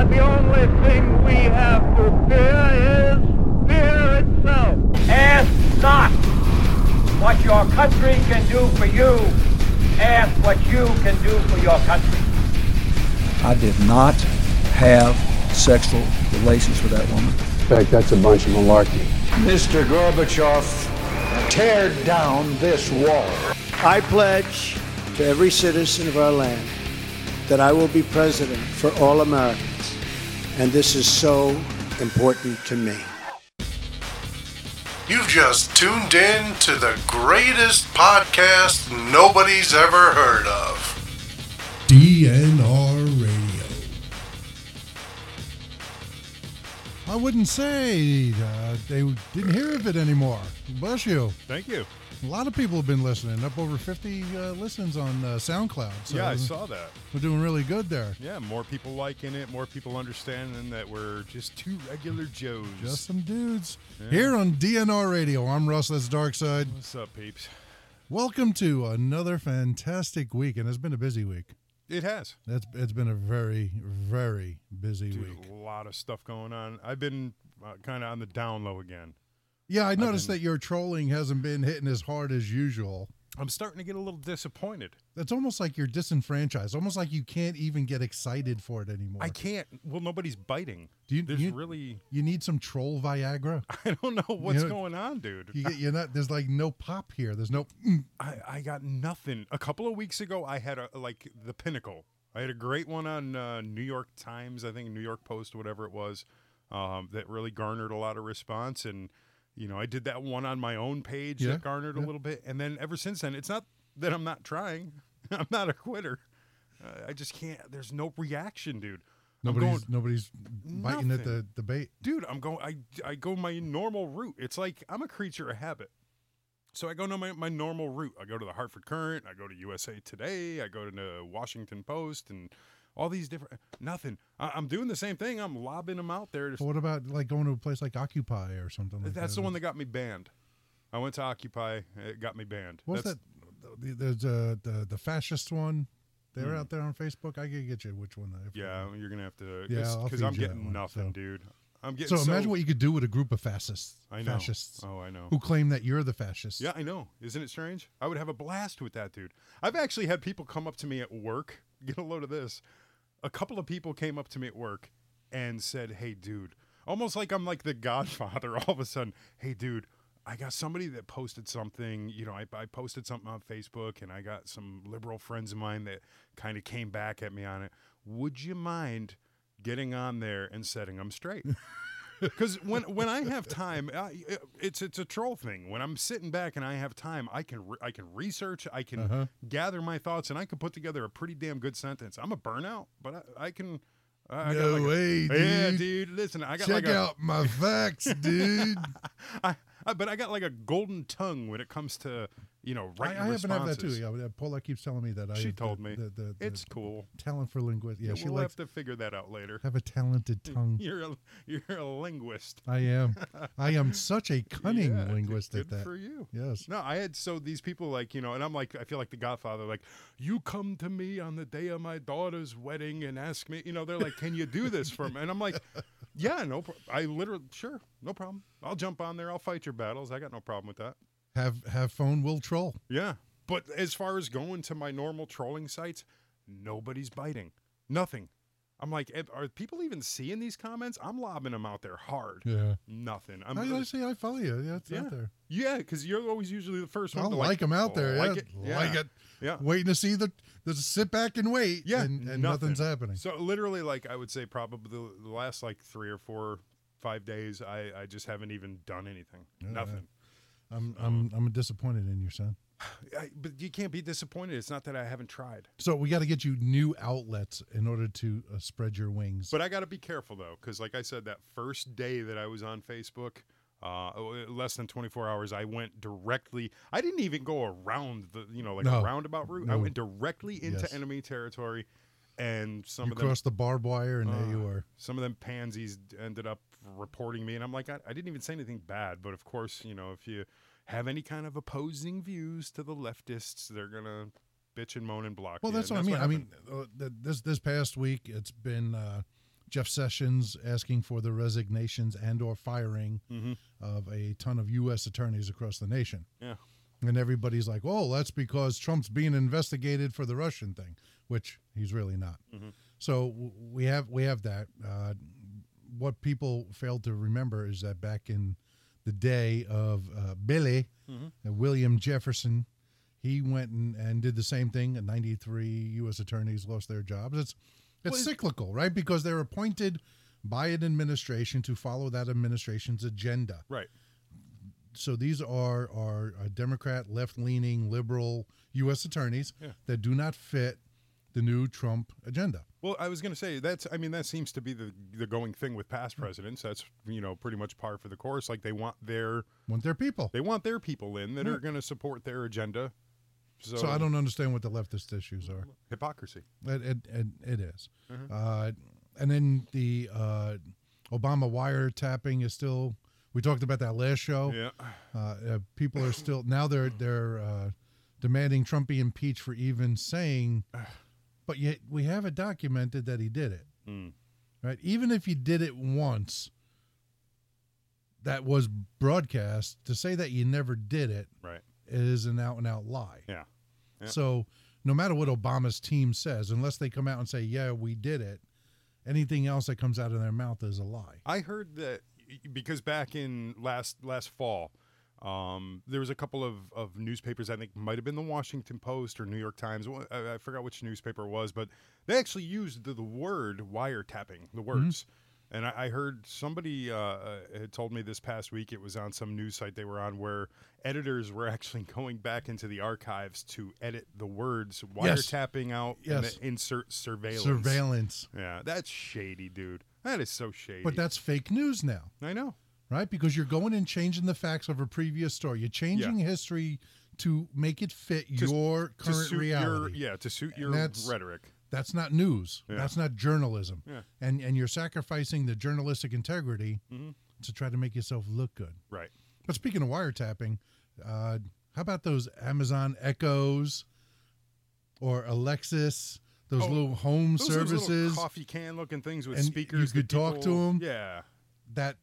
only thing we have to fear is fear itself. Ask not what your country can do for you. Ask what you can do for your country. I did not have sexual relations with that woman. In fact, that's a bunch of malarkey. Mr. Gorbachev, tear down this wall. I pledge to every citizen of our land that I will be president for all Americans. And this is so important to me. You've just tuned in to the greatest podcast nobody's ever heard of DNR Radio. I wouldn't say uh, they didn't hear of it anymore. Bless you. Thank you. A lot of people have been listening, up over 50 uh, listens on uh, SoundCloud. So yeah, I saw that. We're doing really good there. Yeah, more people liking it, more people understanding that we're just two regular Joes. Just some dudes. Yeah. Here on DNR Radio, I'm Russ, that's Darkside. What's up, peeps? Welcome to another fantastic week, and it's been a busy week. It has. That's it's been a very very busy Dude, week. A lot of stuff going on. I've been uh, kind of on the down low again. Yeah, I noticed been, that your trolling hasn't been hitting as hard as usual. I'm starting to get a little disappointed. That's almost like you're disenfranchised. Almost like you can't even get excited for it anymore. I can't. Well, nobody's biting. Do you? There's you, really. You need some troll Viagra. I don't know what's you know, going on, dude. You get, you're not. There's like no pop here. There's no. Mm. I, I got nothing. A couple of weeks ago, I had a like the pinnacle. I had a great one on uh, New York Times. I think New York Post, whatever it was, um, that really garnered a lot of response and you know, I did that one on my own page yeah, that garnered yeah. a little bit, and then ever since then, it's not that I'm not trying. I'm not a quitter. Uh, I just can't. There's no reaction, dude. I'm Nobody's going, nobody's biting at Nothing. the debate. dude. I'm going. I I go my normal route. It's like I'm a creature of habit. So I go to my, my normal route. I go to the Hartford Current. I go to USA Today. I go to the Washington Post and all these different nothing. I, I'm doing the same thing. I'm lobbing them out there. to But what about like going to a place like Occupy or something like that? That's the one that got me banned. I went to Occupy. It got me banned. What's That's- that? The, there's uh, the the fascist one. They're Hmm. out there on Facebook. I could get you which one. I forget. Yeah, you're gonna have to. Yeah, I'll because I'm feed you that getting one, nothing, so. dude. I'm getting. So imagine what you could do with a group of fascists. I know. Fascists Oh, I know. who claim that you're the fascist. Yeah, I know. Isn't it strange? I would have a blast with that dude. I've actually had people come up to me at work. Get a load of this. A couple of people came up to me at work and said, "Hey, dude," almost like I'm like the Godfather. All of a sudden, "Hey, dude." I got somebody that posted something, you know, I, I posted something on Facebook and I got some liberal friends of mine that kind of came back at me on it. Would you mind getting on there and setting them straight? Because when when I have time, I, it's it's a troll thing. When I'm sitting back and I have time, I can re- I can research, I can Uh-huh. gather my thoughts, and I can put together a pretty damn good sentence. I'm a burnout, but I, I can. I I got No like a- way, Yeah, dude. dude. Listen, I got Check like a- out my facts, dude. I, I, but I got like a golden tongue when it comes to you know I, I writing happen to have that too. responses. Yeah, but Paula keeps telling me that. I She have told the, me. the, the, the It's cool. talent for linguistics. Yeah, Yeah, she we'll likes have to figure that out later. have a talented tongue. You're a, you're a linguist. I am. I am such a cunning Yeah, dude, linguist at good that. for you. Yes. No, I had so these people like you know, and I'm like I feel like the Godfather. Like you come to me on the day of my daughter's wedding and ask me, you know, they're like, can you do this for me? And I'm like, yeah, no, pro- I literally sure, no problem. I'll jump on there. I'll fight your battles. I got no problem with that. Have have phone will troll. Yeah, but as far as going to my normal trolling sites, nobody's biting. Nothing. I'm like, "Eh, are people even seeing these comments? I'm lobbing them out there hard. Yeah. Nothing. I'm i see. I follow you. Yeah, it's Yeah. out there. yeah, because you're always usually the first one. I'll to like them out there. Like yeah. it. Yeah. Like it. Yeah. Waiting to see the just sit back and wait. Yeah, And, nothing. and nothing's happening. So literally, like I would say, probably the- the last like three or four, five days, I I just haven't even done anything. Nothing. I'm um, I'm I'm disappointed in you, son. I, but you can't be disappointed. It's not that I haven't tried. So we got to get you new outlets in order to uh, spread your wings. But I got to be careful though, because like I said, that first day that I was on Facebook, uh, oh, uh, less than 24 hours, I went directly. I didn't even go around the, you know, like No. a roundabout route. I No. went directly into Yes. enemy territory, and some you of them, Uh, cross the barbed wire and there you are. some of them pansies ended up reporting me, and I'm like, I, I didn't even say anything bad. But of course, you know, if you have any kind of opposing views to the leftists, they're gonna bitch and moan and block. Well, you, that's and what I mean. I happened. mean, uh, th- this this past week it's been uh, Jeff Sessions asking for the resignations and or firing Mm-hmm. of a ton of U.S. attorneys across the nation. Yeah. And everybody's like, "Oh, that's because Trump's being investigated for the Russian thing," which he's really not. So w- we have we have that. Uh, what people failed to remember is that back in the day of uh, Billy, uh, William Jefferson, he went and, and did the same thing. And 93 U.S. attorneys lost their jobs. It's it's cyclical, right? Because they're appointed by an administration to follow that administration's agenda Right. so these are are uh, Democrat, left leaning, liberal U.S. attorneys that do not fit the new Trump agenda. Well, I was going to say that's. I mean, that seems to be the the going thing with past Hmm. presidents. That's you know pretty much par for the course. Like they want their Want their people. they want their people in that are going to support their agenda. So, Hmm. So I don't understand what the leftist issues are. hypocrisy. It it, it, it is. Uh-huh. Uh, and then the uh, Obama wiretapping is still. We talked about that last show. Yeah. Uh, uh, people are still now they're they're uh, demanding Trump be impeached for even saying, but yet we have it documented that he did it. Hmm. Right? Even if you did it once, that was broadcast. To say that you never did it Right. is an out and out lie. Yeah. Yeah. So, no matter what Obama's team says, unless they come out and say, "Yeah, we did it," anything else that comes out of their mouth is a lie. I heard that because back in last last fall, um, there was a couple of, of newspapers. I think might have been the Washington Post or New York Times. one- I, I forgot which newspaper it was, but they actually used the, the word wiretapping, Mm-hmm. the words. And I, I heard somebody uh, uh, had told me this past week. It was on some news site they were on where editors were actually going back into the archives to edit the words Yes. wiretapping out and Yes. then insert surveillance. Surveillance, Yeah, that's shady, dude. That is so shady. but that's fake news now. I know. right? Because you're going and changing the facts of a previous story. You're changing history to make it fit To- your to current suit reality. Your, yeah, to suit your that's- rhetoric. That's not news. Yeah. That's not journalism. Yeah. And and you're sacrificing the journalistic integrity Mm-hmm. to try to make yourself look good. Right. But speaking of wiretapping, uh, how about those Amazon Echoes or Alexis? Those Oh, little home Those are little services coffee can looking things with and you speakers. that could talk to people- 'em. Yeah. that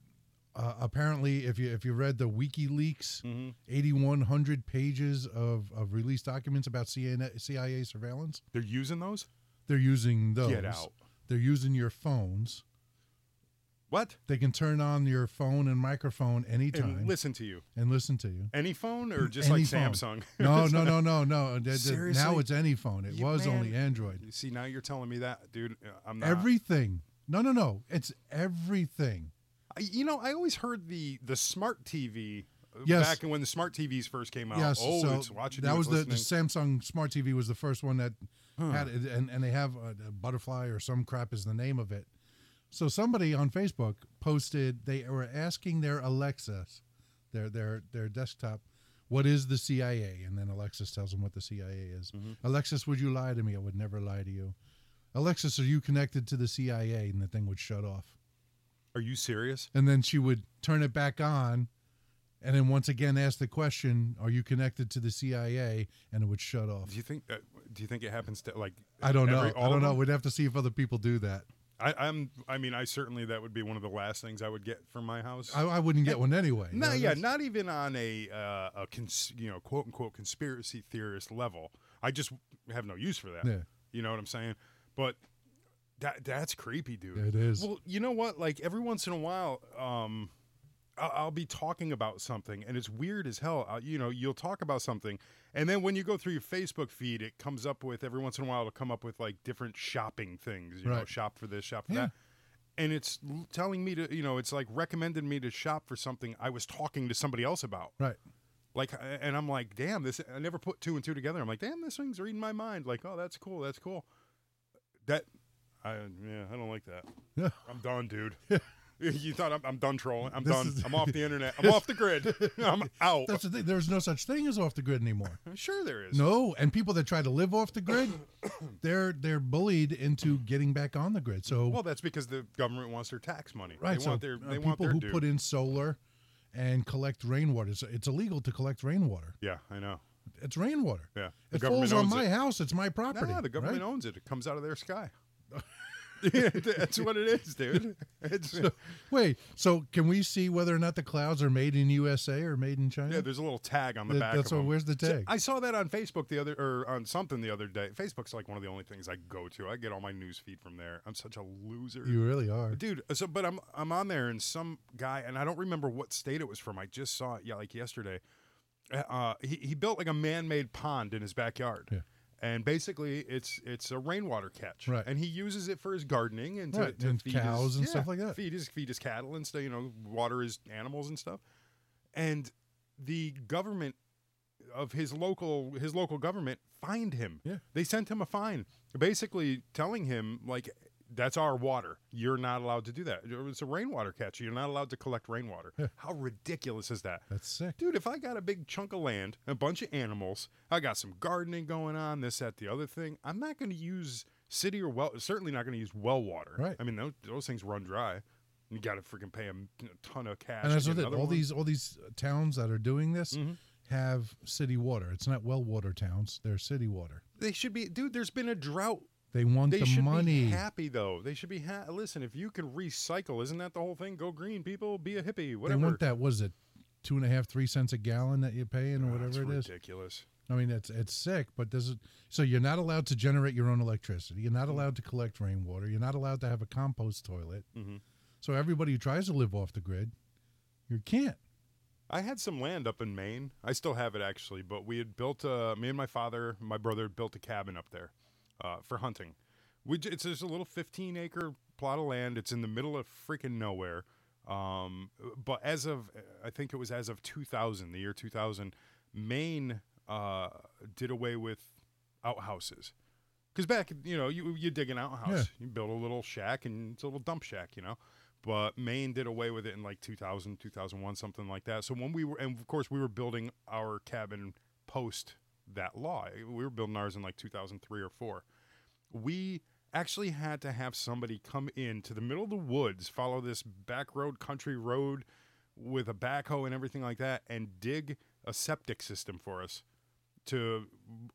uh, apparently, if you if you read the WikiLeaks, Mm-hmm. one hundred pages of, of released documents about CNN, CIA surveillance, They're using those? they're using those. Get out. They're using your phones. What? They can turn on your phone and microphone anytime And listen to you. and listen to you. Any phone or just Any like phone. Samsung? No, no, no, no, no. Th- th- Now Seriously? it's any phone. It You- was man. only Android. See, now you're telling me that, dude. Uh, I'm not. Everything. No, no, no. It's everything. I- you know, I always heard the the smart TV uh, Yes. back when the smart TVs first came out. Yes, oh, so it's watching. that you, was it's the, the listening. Samsung Smart TV was the first one that had it, and and they have a, a butterfly or some crap is the name of it. So somebody on Facebook posted they were asking their Alexa, their their their desktop, what is the CIA? And then Alexis tells them what the CIA is. Mm-hmm. Alexis, would you lie to me? I would never lie to you. Alexis, are you connected to the CIA? And the thing would shut off Are you serious? and then she would turn it back on and then once again ask the question are you connected to the cia and it would shut off Do you think? Uh, do you think it happens to like? i don't know every- all i of don't them? know we'd have to see if other people do that I, I'm. I mean, I certainly that would be one of the last things I would get from my house. i, I wouldn't get one anyway No, You know, yeah, that's- not even on a uh, a cons- you know quote unquote conspiracy theorist level. I just have no use for that. Yeah. You know what I'm saying? But that that's creepy, dude. It is. Well, you know what? Like every once in a while, um, I'll, I'll be talking about something, and it's weird as hell. i you know, you'll talk about something, and then when you go through your Facebook feed, it comes up with every once in a while it'll come up with like different shopping things. You know, Right. shop for this, shop for Yeah. that and it's l- telling me to you know it's like recommended me to shop for something i was talking to somebody else about right like a- and i'm like damn this i never put two and two together i'm like damn this thing's reading my mind like oh that's cool that's cool that i yeah i don't like that Yeah. i'm done dude you thought i'm, I'm done trolling i'm This done is- i'm off the internet i'm off the grid i'm out that's the thing there's no such thing as off the grid anymore sure there is no and people that try to live off the grid they're they're bullied into getting back on the grid so well that's because the government wants their tax money right they so want their uh, they people want their who due. put in solar and collect rainwater it's, it's illegal to collect rainwater yeah i know it's rainwater Yeah. The it government falls on owns my it. house it's my property Nah, the government right? owns it. It comes out of their sky. Yeah, that's what it is, dude. It's, So- Wait, so can we see whether or not the clouds are made in USA or made in China? yeah, there's a little tag on the That- back. that's of what- them. where's the So tag? I saw that on Facebook the other, or on something the other day. Facebook's like one of the only things I go to. I get all my news feed from there. I'm such a loser. you really are. dude so but i'm i'm on there and some guy and i don't remember what state it was from i just saw it yeah like yesterday uh, uh he, he built like a man-made pond in his backyard Yeah. and basically it's it's a rainwater catch Right. and he uses it for his gardening and to, Right, to and feed cows his, and yeah, stuff like that. feed his feed his cattle and stuff you know water his animals and stuff and the government of his local his local government fined him. Yeah. They sent him a fine, basically telling him like that's our water. You're not allowed to do that. It's a rainwater catch. You're not allowed to collect rainwater. How ridiculous is that? That's sick. Dude, if I got a big chunk of land, a bunch of animals, I got some gardening going on, this, that, the other thing, I'm not going to use city or well, certainly not going to use well water. Right. I mean, those, those things run dry. You got to freaking pay 'em a ton of cash. and to that's get what it, another all one. Mm-hmm. these all these towns that are doing this have city water. It's not well water towns; they're city water. They should be, dude, there's been a drought They want They the should money. be happy though. They should be ha- listen. If you can recycle, isn't that the whole thing? Go green, people. Be a hippie. they Whatever. want that. What is it? Two and a half, three cents a gallon that you're paying, or Ah, it's whatever it is. ridiculous. I mean, it's it's sick, but does it? So you're not allowed to generate your own electricity. You're not allowed to collect rainwater. You're not allowed to have a compost toilet. So everybody who tries to live off the grid, you can't. I had some land up in Maine. I still have it actually, but we had built a. Me and my father, my brother, had built a cabin up there uh, for hunting. We j- it's just a little 15 acre plot of land. It's in the middle of freaking nowhere. Um, but as of I think it was as of 2000, the year 2000, Maine uh, did away with outhouses. Because back, you know, you you dig an outhouse, you build a little shack, and it's a little dump shack, you know. But Maine did away with it in like 2000, 2001, something like that. So when we were, and of course, we were building our cabin post that law. We were building ours in like 2003 or four. We actually had to have somebody come in to the middle of the woods, follow this back road, country road with a backhoe and everything like that, and dig a septic system for us to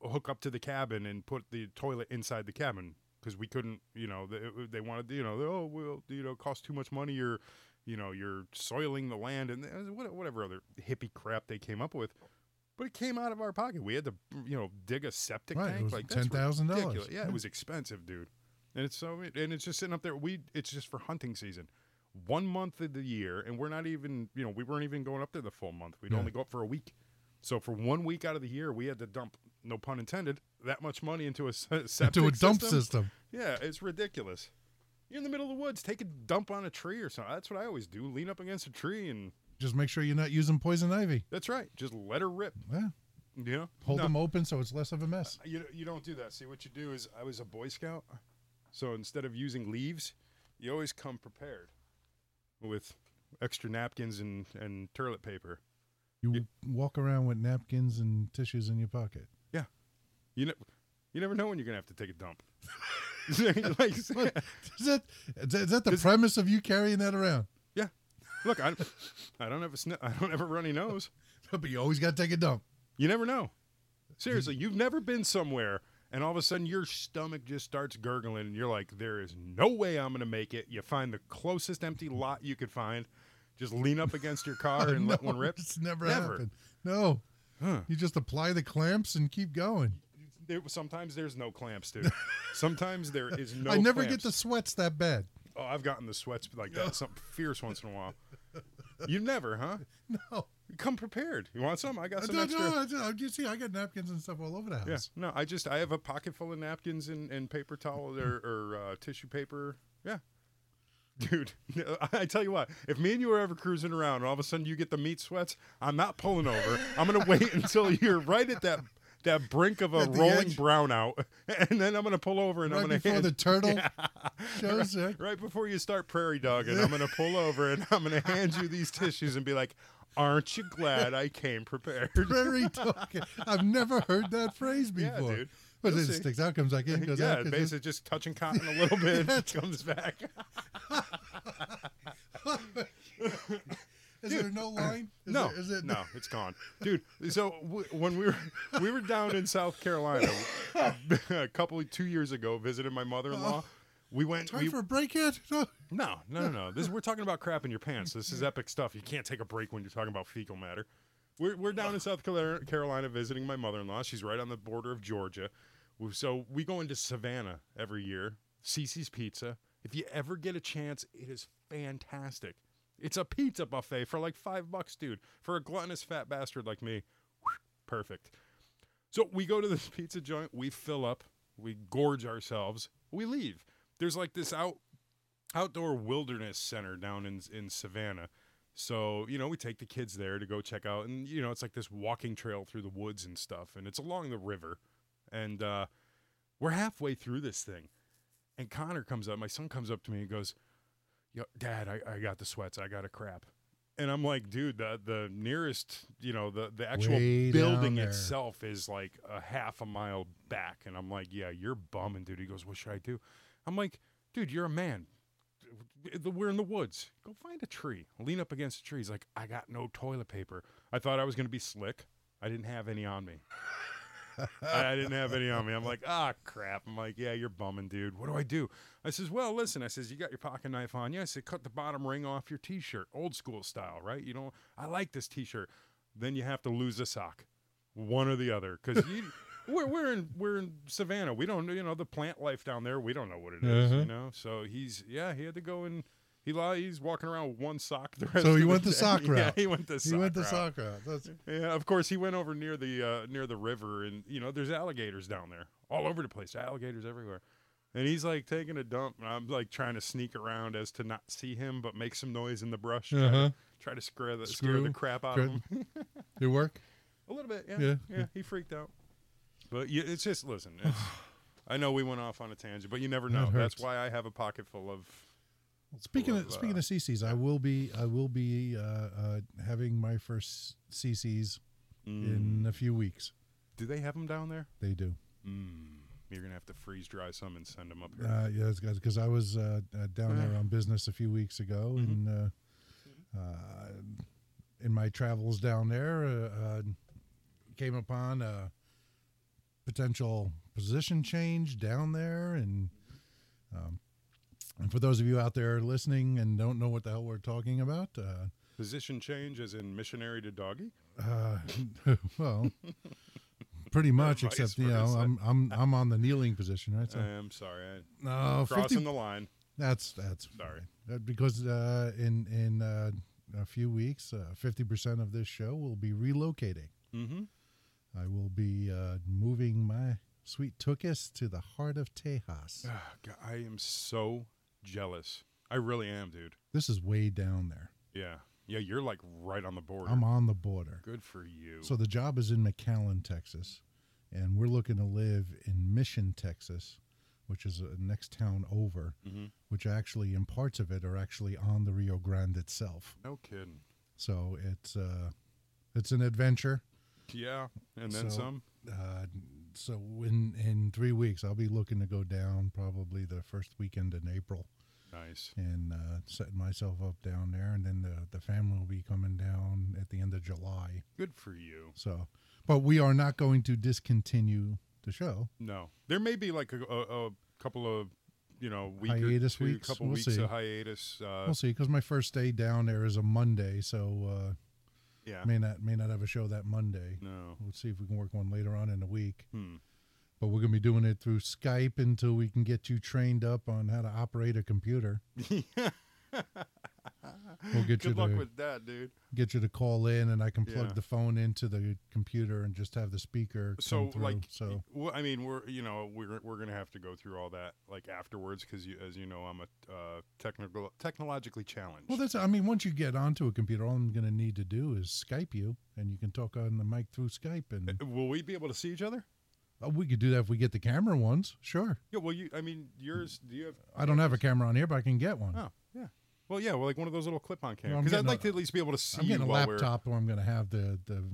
hook up to the cabin and put the toilet inside the cabin because we couldn't, you know, they, they wanted, you know, oh, well, you know, cost too much money or, you know, you're soiling the land and uh, what- whatever other hippie crap they came up with. But it came out of our pocket. We had to, you know, dig a septic Right, it tank. was like that's $10,000. ridiculous. Yeah, Yeah. it was expensive, dude. And it's so, and it's just sitting up there. We, it's just for hunting season. One month of the year, and we're not even, you know, we weren't even going up there the full month. We'd Yeah. only go up for a week. So for one week out of the year, we had to dump, no pun intended, that much money into a s- septic Into a dump system. Yeah, it's ridiculous. You're in the middle of the woods, take a dump on a tree or something. That's what I always do. Lean up against a tree, and Just make sure you're not using poison ivy. that's right. Just let her rip. Yeah. You know, Hold No, them open so it's less of a mess. You you don't do that. See what you do is I was a Boy Scout, so instead of using leaves, you always come prepared with extra napkins and and toilet paper. You walk around with napkins and tissues in your pocket. Yeah. You know, you never know when you're gonna have to take a dump. like, Is that is that, is that the premise of you carrying that around? yeah. Look, I, I don't have a sn- I don't have a runny nose. But you always got to take a dump. You never know. Seriously, Mm-hmm. you've never been somewhere and all of a sudden your stomach just starts gurgling and you're like, there is no way I'm gonna make it. You find the closest empty lot you could find. Just lean up against your car and let No, one rip. It's never, happened. No. You just apply the clamps and keep going. There, sometimes there's no clamps, dude. Sometimes there is no. I never clamps. get the sweats that bad. Oh, I've gotten the sweats like that, something fierce once in a while. You never, huh? No. Come prepared. You want some? I got I some don't extra. know. I don't- you see, I got napkins and stuff all over the house. Yeah. No, I just I have a pocket full of napkins and, and paper towel or, or uh, tissue paper. Yeah. Dude, I tell you what, if me and you are ever cruising around and all of a sudden you get the meat sweats, I'm not pulling over. I'm gonna wait until you're right at that that brink of a At the rolling edge. brownout, and then I'm gonna pull over and I'm Right gonna before hand- the turtle shows it. right before you start prairie dogging, I'm gonna pull over and I'm gonna hand you these tissues and be like, "Aren't you glad I came prepared?" Prairie dog. I've never heard that phrase Yeah, before. dude. But You'll it see. sticks out, comes back in, goes yeah, out. goes in. basically just touching cotton a little bit, comes back. Is there no line? Is no, there- is it, no, it's gone, dude. So w- when we were we were down in South Carolina a couple two years ago, visiting my mother in law. We went. Time we- Oh. for a break yet? No. no, no, no, no. This we're talking about crap in your pants. This is epic stuff. You can't take a break when you're talking about fecal matter. We're, we're down in South Cala- Carolina visiting my mother-in-law. She's right on the border of Georgia. We- So we go into Savannah every year. Cece's Pizza. If you ever get a chance, it is fantastic. It's a pizza buffet for like five bucks, dude. For a gluttonous fat bastard like me, perfect. So we go to this pizza joint. We fill up. We gorge ourselves. We leave. There's like this out outdoor wilderness center down in in Savannah. So you know, we take the kids there to go check out, and you know, it's like this walking trail through the woods and stuff, and it's along the river, and uh, we're halfway through this thing, and Connor comes up, my son comes up to me and goes, "Yo, Dad, I, I got the sweats, I got a crap." And I'm like, dude, the the nearest, you know, the the actual Way down building there. itself is like a half a mile back. And I'm like, yeah, you're bumming, dude. He goes, what should I do? I'm like, dude, you're a man the- we're in the woods. Go find a tree. Lean up against a tree. He's like, I got no toilet paper. I thought I was going to be slick. I didn't have any on me. I I didn't have any on me. I'm like, ah, crap. I'm like, yeah, you're bumming, dude. What do I do? I says, well, listen. I says, you got your pocket knife on you. I said, cut the bottom ring off your t-shirt, old school style, right? You know, I like this t-shirt. Then you have to lose a sock, one or the other, because you. We're, we're in we're in Savannah. We don't you know the plant life down there. We don't know what it is, Mm-hmm. you know. So he's yeah he had to go and he li- he's walking around with one sock. The rest So of he went the the day. sock Yeah, route. he went the sock. He went the route. sock route. That's, Yeah, of course he went over near the uh, near the river, and you know there's alligators down there, all over the place, alligators everywhere. And he's like taking a dump, and I'm like trying to sneak around as to not see him, but make some noise in the brush, try Uh-huh. to, try to scare the scare the Screw- crap out of scare- him Your work? a little bit. Yeah, yeah, Yeah, he freaked out. But yeah, it's just listen. It's, I know we went off on a tangent, but you never know. That's hurts. why I have a pocket full of. Speaking of, of uh, speaking of CCs, I will be I will be uh, uh, having my first CCs Mm. in a few weeks. Do they have them down there? They do. You're gonna have to freeze dry some and send them up here. Uh, yeah, because I was uh, uh, down Mm-hmm. there on business a few weeks ago, and uh, uh, in my travels down there, uh, uh, came upon a potential position change down there, and um, and for those of you out there listening and don't know what the hell we're talking about, uh, Position change, as in missionary to doggy. uh, well, pretty much, Vice except you know, versa. I'm I'm I'm on the kneeling position, right? So I'm sorry, no, I, Uh, crossing 50 the line. That's that's Sorry. fine. Uh, because uh, in in uh, a few weeks, uh, fifty percent of this show will be relocating. Mm-hmm. I will be uh, moving my sweet Tookus to the heart of Tejas. I am so jealous. I really am, dude. This is way down there. Yeah, yeah. You're like right on the border. I'm on the border. Good for you. So the job is in McAllen, Texas, and we're looking to live in Mission, Texas, which is the next town over, Mm-hmm. which actually, in parts of it, are actually on the Rio Grande itself. no kidding. So it's uh, it's an adventure. Yeah, and then So- some. Uh, so in in three weeks, I'll be looking to go down probably the first weekend in April Nice. and uh, setting myself up down there, and then the the family will be coming down at the end of July. Good for you. So, but we are not going to discontinue the show. No, there may be like a, a, a couple of you know week or Hiatus two, weeks? couple We'll weeks see. of hiatus. Uh, We'll see, because my first day down there is a Monday, so uh, yeah, may not may not have a show that Monday. no, We'll see if we can work one later on in the week. Hmm. But we're gonna be doing it through Skype until we can get you trained up on how to operate a computer. we'll get you good luck to with that, dude. get you to call in, and I can plug Yeah. the phone into the computer and just have the speaker. Come So through. like, so well, I mean, we're you know we're we're gonna have to go through all that like afterwards because you, as you know, I'm a uh, technical technologically challenged. well, that's I mean, once you get onto a computer, all I'm gonna need to do is Skype you, and you can talk on the mic through Skype, and Uh, Will we be able to see each other? oh, we could do that if we get the camera ones. Sure, Yeah. Well, you. I mean, yours. Do you have? I don't have a camera on here, but I can get one. Oh, yeah. Well, yeah. Well, like one of those little clip-on Well, cameras. I'm Because I'd getting like a- to at least be able to see I'm you getting a while we're- laptop where I'm going to have the the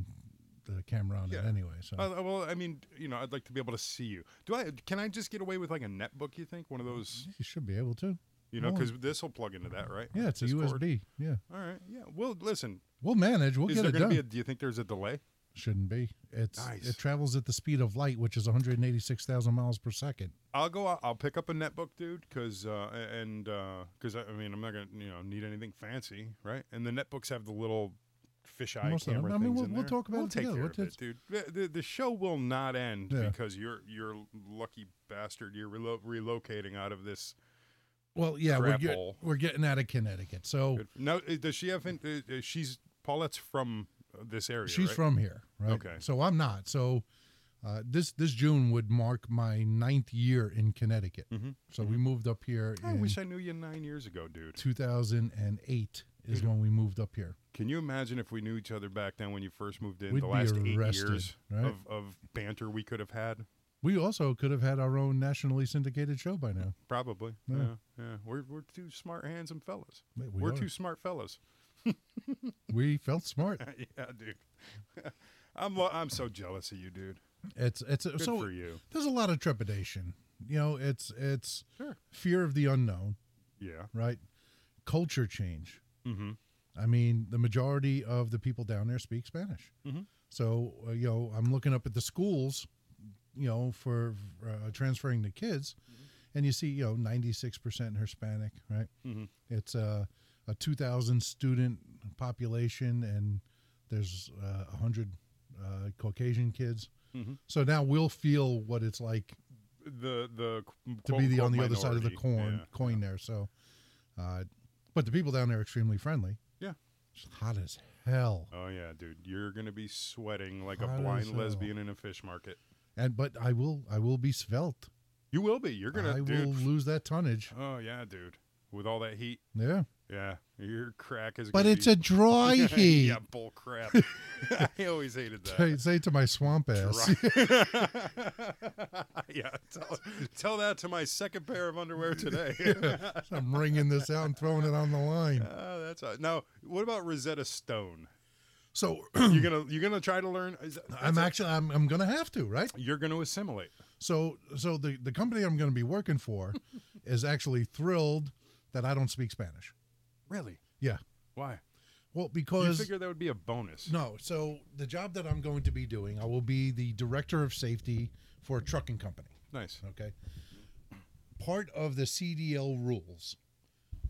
the camera on it Yeah. anyway. So Uh, well, I mean, you know, I'd like to be able to see you. Do I? Can I just get away with like a netbook? You think one of those? you should be able to. You know, Well, because this will plug into that, right? yeah, it's a Discord. USB. Yeah, All right. Yeah. Well, listen. we'll manage. We'll is get there it going to be? done. A, do you think there's a delay? Shouldn't be. It's Nice. it travels at the speed of light, which is 186,000 miles per second. I'll go. out- I'll pick up a netbook, dude, because uh, a- and because I, I mean I'm not gonna you know need anything fancy, right? And the netbooks have the little fisheye Most of them. camera I mean, things we'll- in we'll there. talk about we'll it take together. care What of it, dude. The, the, the show will not end Yeah. because you're you're lucky bastard. You're relo- relocating out of this. Well, yeah, we're, Crap get- hole. we're getting out of Connecticut. So Good- No, uh, does she have? in- uh, uh, She's Paulette's from uh, this area. she's right? from here, right? Okay. So I'm not. So uh, this this June would mark my ninth year in Connecticut. Mhm, So we moved up here I in wish I knew you nine years ago, dude. 2008 is when we moved up here. Can you imagine if we knew each other back then when you first moved in? We'd the be last eight arrested, years right? of, of banter we could have had. We also could have had our own nationally syndicated show by now. Probably. Yeah. Yeah. Yeah. We're, we're two smart, handsome fellas. We- we We are are. two smart fellas. We felt smart. yeah, dude. I'm lo- I'm so jealous of you, dude. It's it's Good so for you. there's a lot of trepidation. You know, it's it's Sure. fear of the unknown, Yeah. right? Culture change. Mm-hmm. I mean, the majority of the people down there speak Spanish. Mhm. So, uh, you know, I'm looking up at the schools, you know, for uh, transferring the kids, and you see, you know, 96% Hispanic, right? Mhm. It's uh, a 2,000 student population, and there's uh, 100 uh, Caucasian kids. Mhm. So now we'll feel what it's like The the qu- to quote, be the, unquote on the other side of the minority. coin Yeah. coin there. So, uh, but the people down there are extremely friendly. Yeah. it's hot as hell. Oh yeah, dude. You're gonna be sweating like Hot a as blind hell. lesbian in a fish market. And but I will I will be svelte. You will be. You're gonna I dude. will lose that tonnage. Oh yeah, dude. With all that heat. Yeah, Yeah. Your crack is but gonna it's be- a dry heat. yeah, bull crap. I always hated that. Say- Say to my swamp ass. yeah, tell, tell that to my second pair of underwear today. I'm wringing this out and throwing it on the line. Ah, that's a, now. What about Rosetta Stone? So You're gonna you're gonna try to learn. Is, that- I'm actually I'm, I'm gonna have to right. you're gonna assimilate. So so the the company I'm gonna be working for is actually thrilled that I don't speak Spanish. Really? Yeah. Why? Well, You because figure that would be a bonus. No, so the job that I'm going to be doing, I will be the director of safety for a trucking company. Nice. Okay. Part of the CDL rules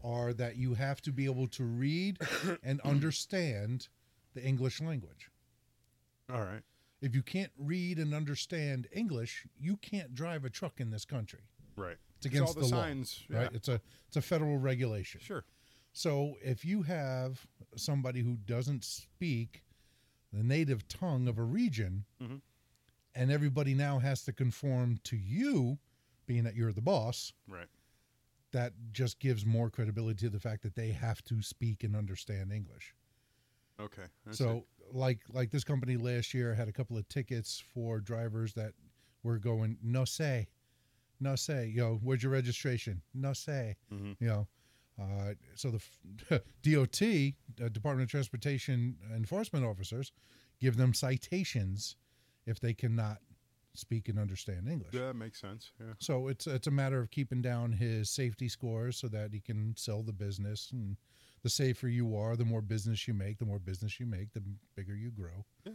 are that you have to be able to read and understand the English language. All right. If you can't read and understand English, you can't drive a truck in this country. Right. It's against all the, the law, signs. Right? Yeah. It's a it's a federal regulation. Sure. So if you have somebody who doesn't speak the native tongue of a region, Mhm. and everybody now has to conform to you, being that you're the boss, Right. that just gives more credibility to the fact that they have to speak and understand English. Okay. I see. so like like this company last year had a couple of tickets for drivers that were going no say, no say, yo, where's your registration? No say Mhm. you know. Uh, so the f- DOT, uh, Department of Transportation enforcement officers, give them citations if they cannot speak and understand English. Yeah, that makes sense. Yeah. So it's it's a matter of keeping down his safety scores so that he can sell the business. And the safer you are, the more business you make. The more business you make, the bigger you grow. Yeah.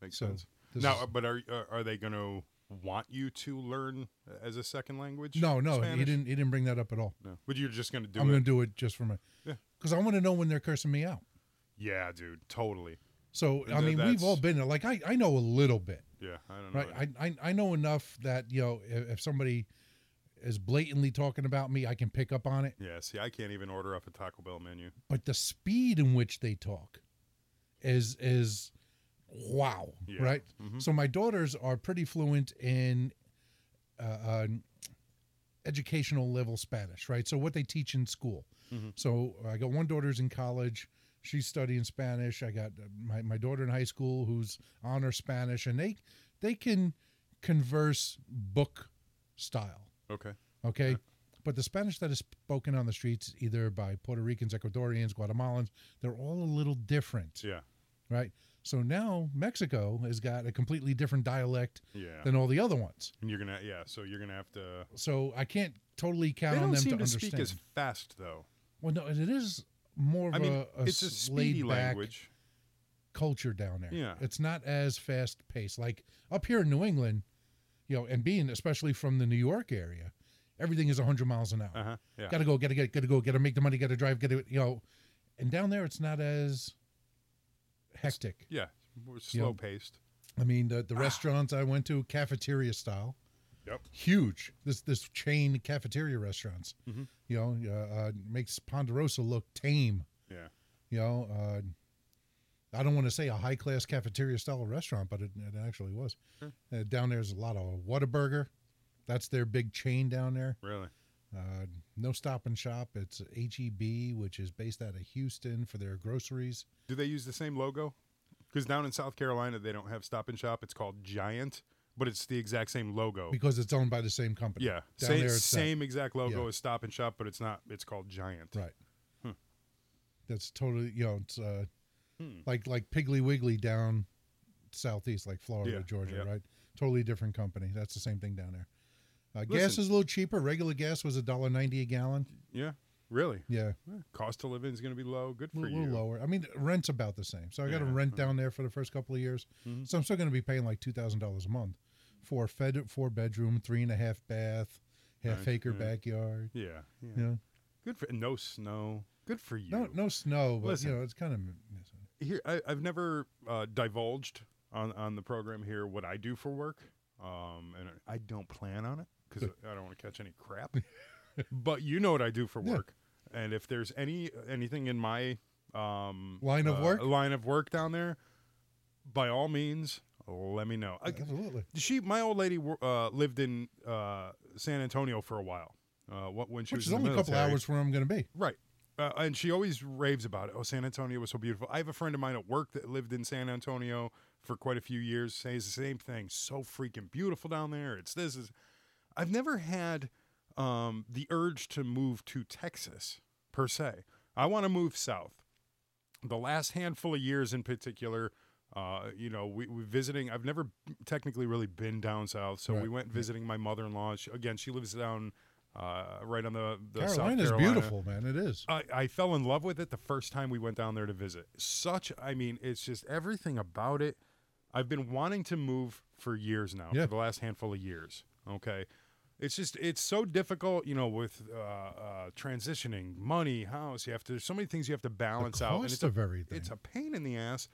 Makes So sense. this now, is- uh, but are are- are they gonna want you to learn as a second language? no, no, he Spanish? didn't. He didn't bring that up at all. No. But you're just gonna do I'm it. going to do it just for my, Yeah. because I want to know when they're cursing me out. Yeah, dude. Totally. So I Th- mean, that's- we've all been there. Like I, I know a little bit. Yeah. I don't know. right I, I i know enough that you know if, if somebody is blatantly talking about me i can pick up on it Yeah, see, I can't even order off a Taco Bell menu. but the speed in which they talk is is wow Yeah. right Mhm. so my daughters are pretty fluent in uh, uh, educational level spanish right so what they teach in school Mhm. so i got one daughter's in college she's studying spanish i got uh, my, my daughter in high school who's honor spanish and they they can converse book style Okay. okay but the spanish that is spoken on the streets either by puerto ricans ecuadorians guatemalans they're all a little different Yeah. right so now mexico has got a completely different dialect Yeah. than all the other ones And you're gonna yeah, so you're gonna have to so i can't totally count They on don't them seem to, to, understand speak as fast though. well no it is more of I mean, a, a it's a s- speedy laid-back language. culture down there. Yeah. It's not as fast paced. Like up here in New England, you know, and being especially from the New York area, everything is 100 miles an hour. Uh huh. Yeah. Gotta go, gotta get, gotta go, gotta make the money, gotta drive, gotta, you know. And down there, it's not as hectic. yeah. We're slow paced. I mean, the, the restaurants I went to, cafeteria style, Ah. Yep. huge. This this chain cafeteria restaurants, Mm-hmm. you know, uh, uh, makes Ponderosa look tame. Yeah. You know, uh, I don't want to say a high class cafeteria style restaurant, but it, it actually was. Uh, down there's a lot of Whataburger. That's their big chain down there. Really. Uh, no Stop and Shop. It's HEB, which is based out of Houston for their groceries. Do they use the same logo? Because down in South Carolina, they don't have Stop and Shop. It's called Giant, but it's the exact same logo. Because it's owned by the same company. Oh. yeah, Down same, there, it's that. same exact logo yeah. as Stop and Shop, but it's not. It's called Giant. Right. Hmm. That's totally you know it's uh, Hmm. like like Piggly Wiggly down southeast, like Florida, Yeah, Georgia, yeah. right? Totally different company. That's the same thing down there. Uh, gas Listen. is a little cheaper. Regular gas was a dollar ninety a gallon. Yeah, really. Yeah, Yeah, Cost of living is going to be low. Good a for little, you. little lower. I mean, rent's about the same. So I got to Yeah, uh-huh. Mm-hmm. rent down there for the first couple of years. So I'm still going to be paying like two thousand dollars a month for fed four bedroom, three and a half bath, half Nice, acre yeah. backyard. Yeah, yeah. You know, Good for no snow. Good for you. no no snow, but Listen. you know it's kind of Here, I, I've never uh, divulged on on the program here what I do for work, um, and I don't plan on it because I don't want to catch any crap. but you know what I do for Yeah. work, and if there's any anything in my um, Line of uh, work? line of work down there, by all means, let me know. I, absolutely. she, my old lady, wo- uh, lived in uh, San Antonio for a while. Uh, what when she Which was is in the only a couple military. hours from where I'm going to be. Right. Uh, and she always raves about it. Oh, San Antonio was so beautiful. I have a friend of mine at work that lived in San Antonio for quite a few years. Says the same thing. So freaking beautiful down there. It's this is. I've never had um, the urge to move to Texas per se. I want to move south. The last handful of years, in particular, uh, you know, we, we visiting. I've never technically really been down south, so we Right, went visiting my mother-in-law. She, again, she lives down uh, right on the, the South Carolina's Carolina. beautiful, man. It is. I, I fell in love with it the first time we went down there to visit. Such, I mean, it's just everything about it. I've been wanting to move for years now, Yeah. for the last handful of years. Okay. It's just, it's so difficult, you know, with uh, uh, transitioning money, house. You have to, there's so many things you have to balance out. cost it's a- of everything. It's a pain in the ass,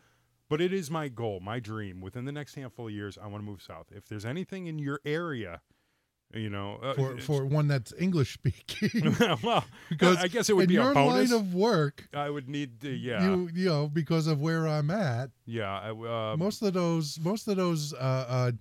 but it is my goal, my dream. Within the next handful of years, I want to move south. If there's anything in your area, you know, uh, For it's- for one that's English speaking, well, because I guess it would in be your a bonus. line of work. I would need to, yeah, You you know because of where I'm at, yeah. I, w- uh, most of those most of those uh, uh,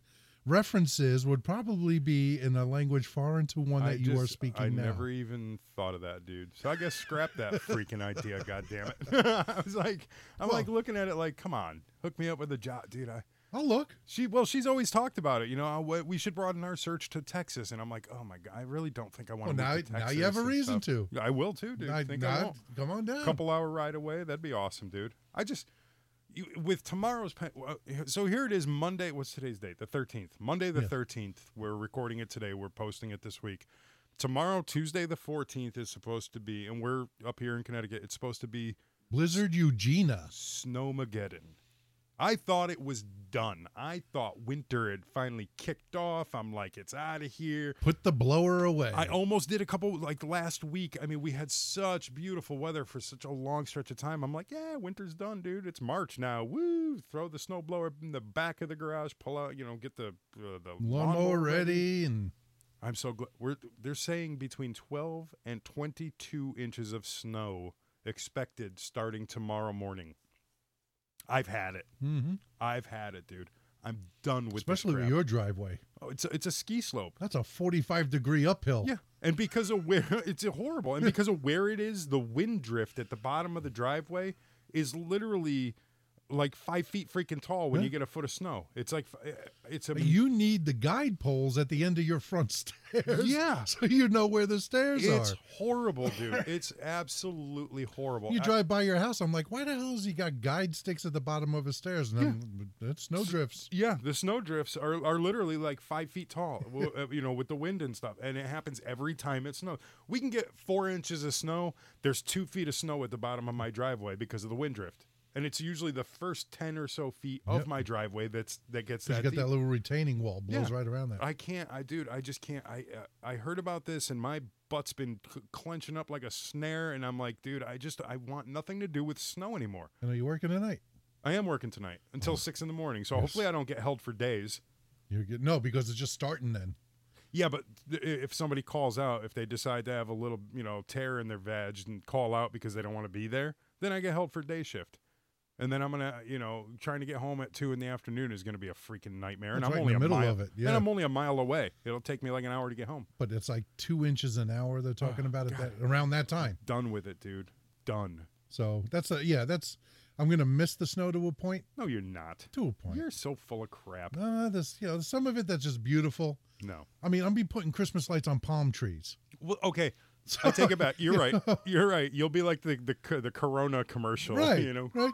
references would probably be in a language foreign to one I that you are just- speaking I now. never even thought of that, dude. So I guess scrap that freaking idea. God damn it! I was like, I'm like looking at it like, come on, hook me up with a job, dude. I Oh look, she well, she's always talked about it. You know, I, we- we should broaden our search to Texas, and I'm like, oh my god, I really don't think I want Well, to. now- move to now you Texas have a and reason stuff. to. I will too, dude. I- think I now- won't. come on down. couple hour ride away. That'd be awesome, dude. I just you, with tomorrow's pen, so here it is Monday. What's today's date? The thirteenth. Monday the Yeah. thirteenth. We're recording it today. We're posting it this week. Tomorrow, Tuesday the fourteenth, is supposed to be, and we're up here in Connecticut. It's supposed to be Blizzard Eugenia. snowmageddon. I thought it was done. I thought winter had finally kicked off. I'm like, it's out of here. Put the blower away. I almost did a couple like last week. I mean, we had such beautiful weather for such a long stretch of time. I'm like, yeah, winter's done, dude. It's March now. Woo! Throw the snowblower in the back of the garage. Pull out, you know, get the uh, the Lawnmower ready and I'm so glad we're they're saying between 12 and 22 inches of snow expected starting tomorrow morning. I've had it. hmm I've had it, dude. I'm done with this especially Uh, with crap. your driveway. Oh, it's a, it's a ski slope. That's a 45 degree uphill. Yeah, and because of where it's horrible, and because of where it is, the wind drift at the bottom of the driveway is literally like five feet freaking tall when Yeah. you get a foot of snow. It's like eh, it's a You need the guide poles at the end of your front stairs. Yeah. So you know where the stairs it's are. horrible, dude. It's absolutely horrible. You oh, I- drive by your house, I'm like, why the hell has he got guide sticks at the bottom of his stairs? And I'm, that's snow drifts. yeah, the snow drifts are, are literally like five feet tall, w- uh, you know, with the wind and stuff. And it happens every time it snows. We can get four inches of snow. There's two feet of snow at the bottom of my driveway because of the wind drift. and it's usually the first ten or so feet of Yep. my driveway that's that gets 'Cause that. you got deep. that little retaining wall blows Yeah. right around that. I can't. I dude. I just can't. I uh, I heard about this and my butt's been c- clenching up like a snare, and I'm like, dude, I just I want nothing to do with snow anymore. and are you working tonight? I am working tonight until six in the morning, so Mm. Yes. hopefully I don't get held for days. You're good. No, because it's just starting then. Yeah, but th- i- if somebody calls out, if they decide to have a little, you know, tear in their veg and call out because they don't want to be there, then I get held for day shift. And then I'm gonna, you know, trying to get home at two in the afternoon is gonna be a freaking nightmare. and That's I'm right only in the middle a mile, of it, And yeah. I'm only a mile away. It'll take me like an hour to get home. But it's like two inches an hour they're Oh, talking about at that, around that time. Done with it, dude. Done. So that's a yeah. That's I'm gonna miss the snow to a point. No, you're not. To a point. You're so full of crap. Uh, this you know some of it that's just beautiful. No. I mean, I'm be putting Christmas lights on palm trees. Well, okay. I take it back. You're right. You're right. You'll be like the the, co- the Corona commercial. Right. Oh, You know. Right.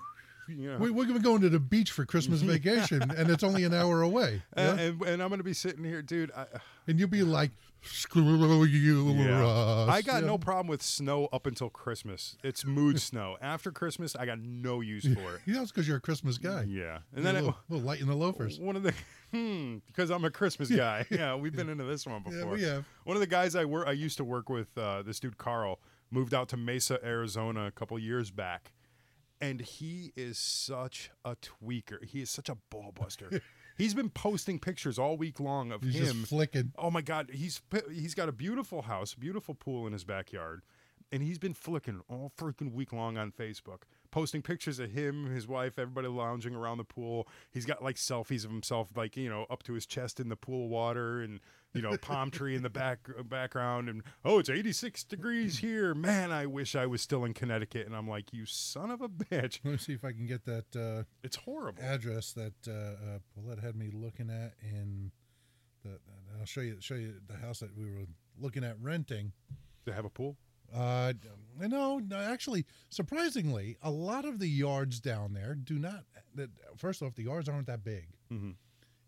Yeah. We, we're gonna be going to the beach for Christmas vacation, and it's only an hour away. A- yeah? Uh, and, and I'm gonna be sitting here, dude. I, And you'll be like, "Screw you, Russ," I got you no know? problem with snow up until Christmas. It's mood snow. After Christmas, I got no use for Yeah, it's because you're a Christmas guy. it. Yeah, and You're then a it, little, little light in the loafers. one of the hmm, because I'm a Christmas guy. Yeah, we've been into this one Yeah, before. we have. One of the guys I work I used to work with, uh, this dude Carl, moved out to Mesa, Arizona a couple years back. And he is such a tweaker. He is such a ball buster. He's been posting pictures all week long of He's him just flicking. Oh my God, he's pi- he's got a beautiful house, beautiful pool in his backyard, and he's been flicking all freaking week long on Facebook, posting pictures of him, his wife, everybody lounging around the pool. He's got like selfies of himself, like you know, up to his chest in the pool water, and you know, palm tree in the back uh, background, and oh, it's 86 degrees here. Man, I wish I was still in Connecticut. And I'm like, you son of a bitch, Let me see if I can get that uh, it's horrible. address that uh, uh, Paulette had me looking at in the. uh, I'll show you show you the house that we were looking at renting. They have a pool. Uh, no, no, actually, surprisingly, a lot of the yards down there do not. That first off, the yards aren't that big, Mhm.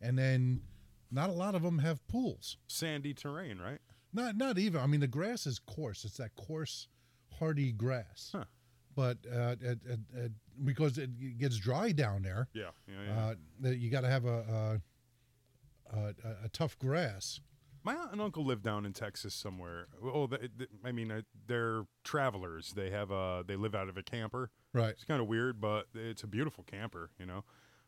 and then not a lot of them have pools. Sandy terrain, right? Not not even. I mean, the grass is coarse. It's that coarse, hardy grass. Huh. But uh, at, at, at, because it gets dry down there, Yeah, yeah, yeah. uh, that you got to have a, a, a a- a tough grass. My aunt and uncle live down in Texas somewhere. Oh, they, they, I mean, uh, they're travelers. They have a they live out of a camper. Right. It's kind of weird, but it's a beautiful camper, you know.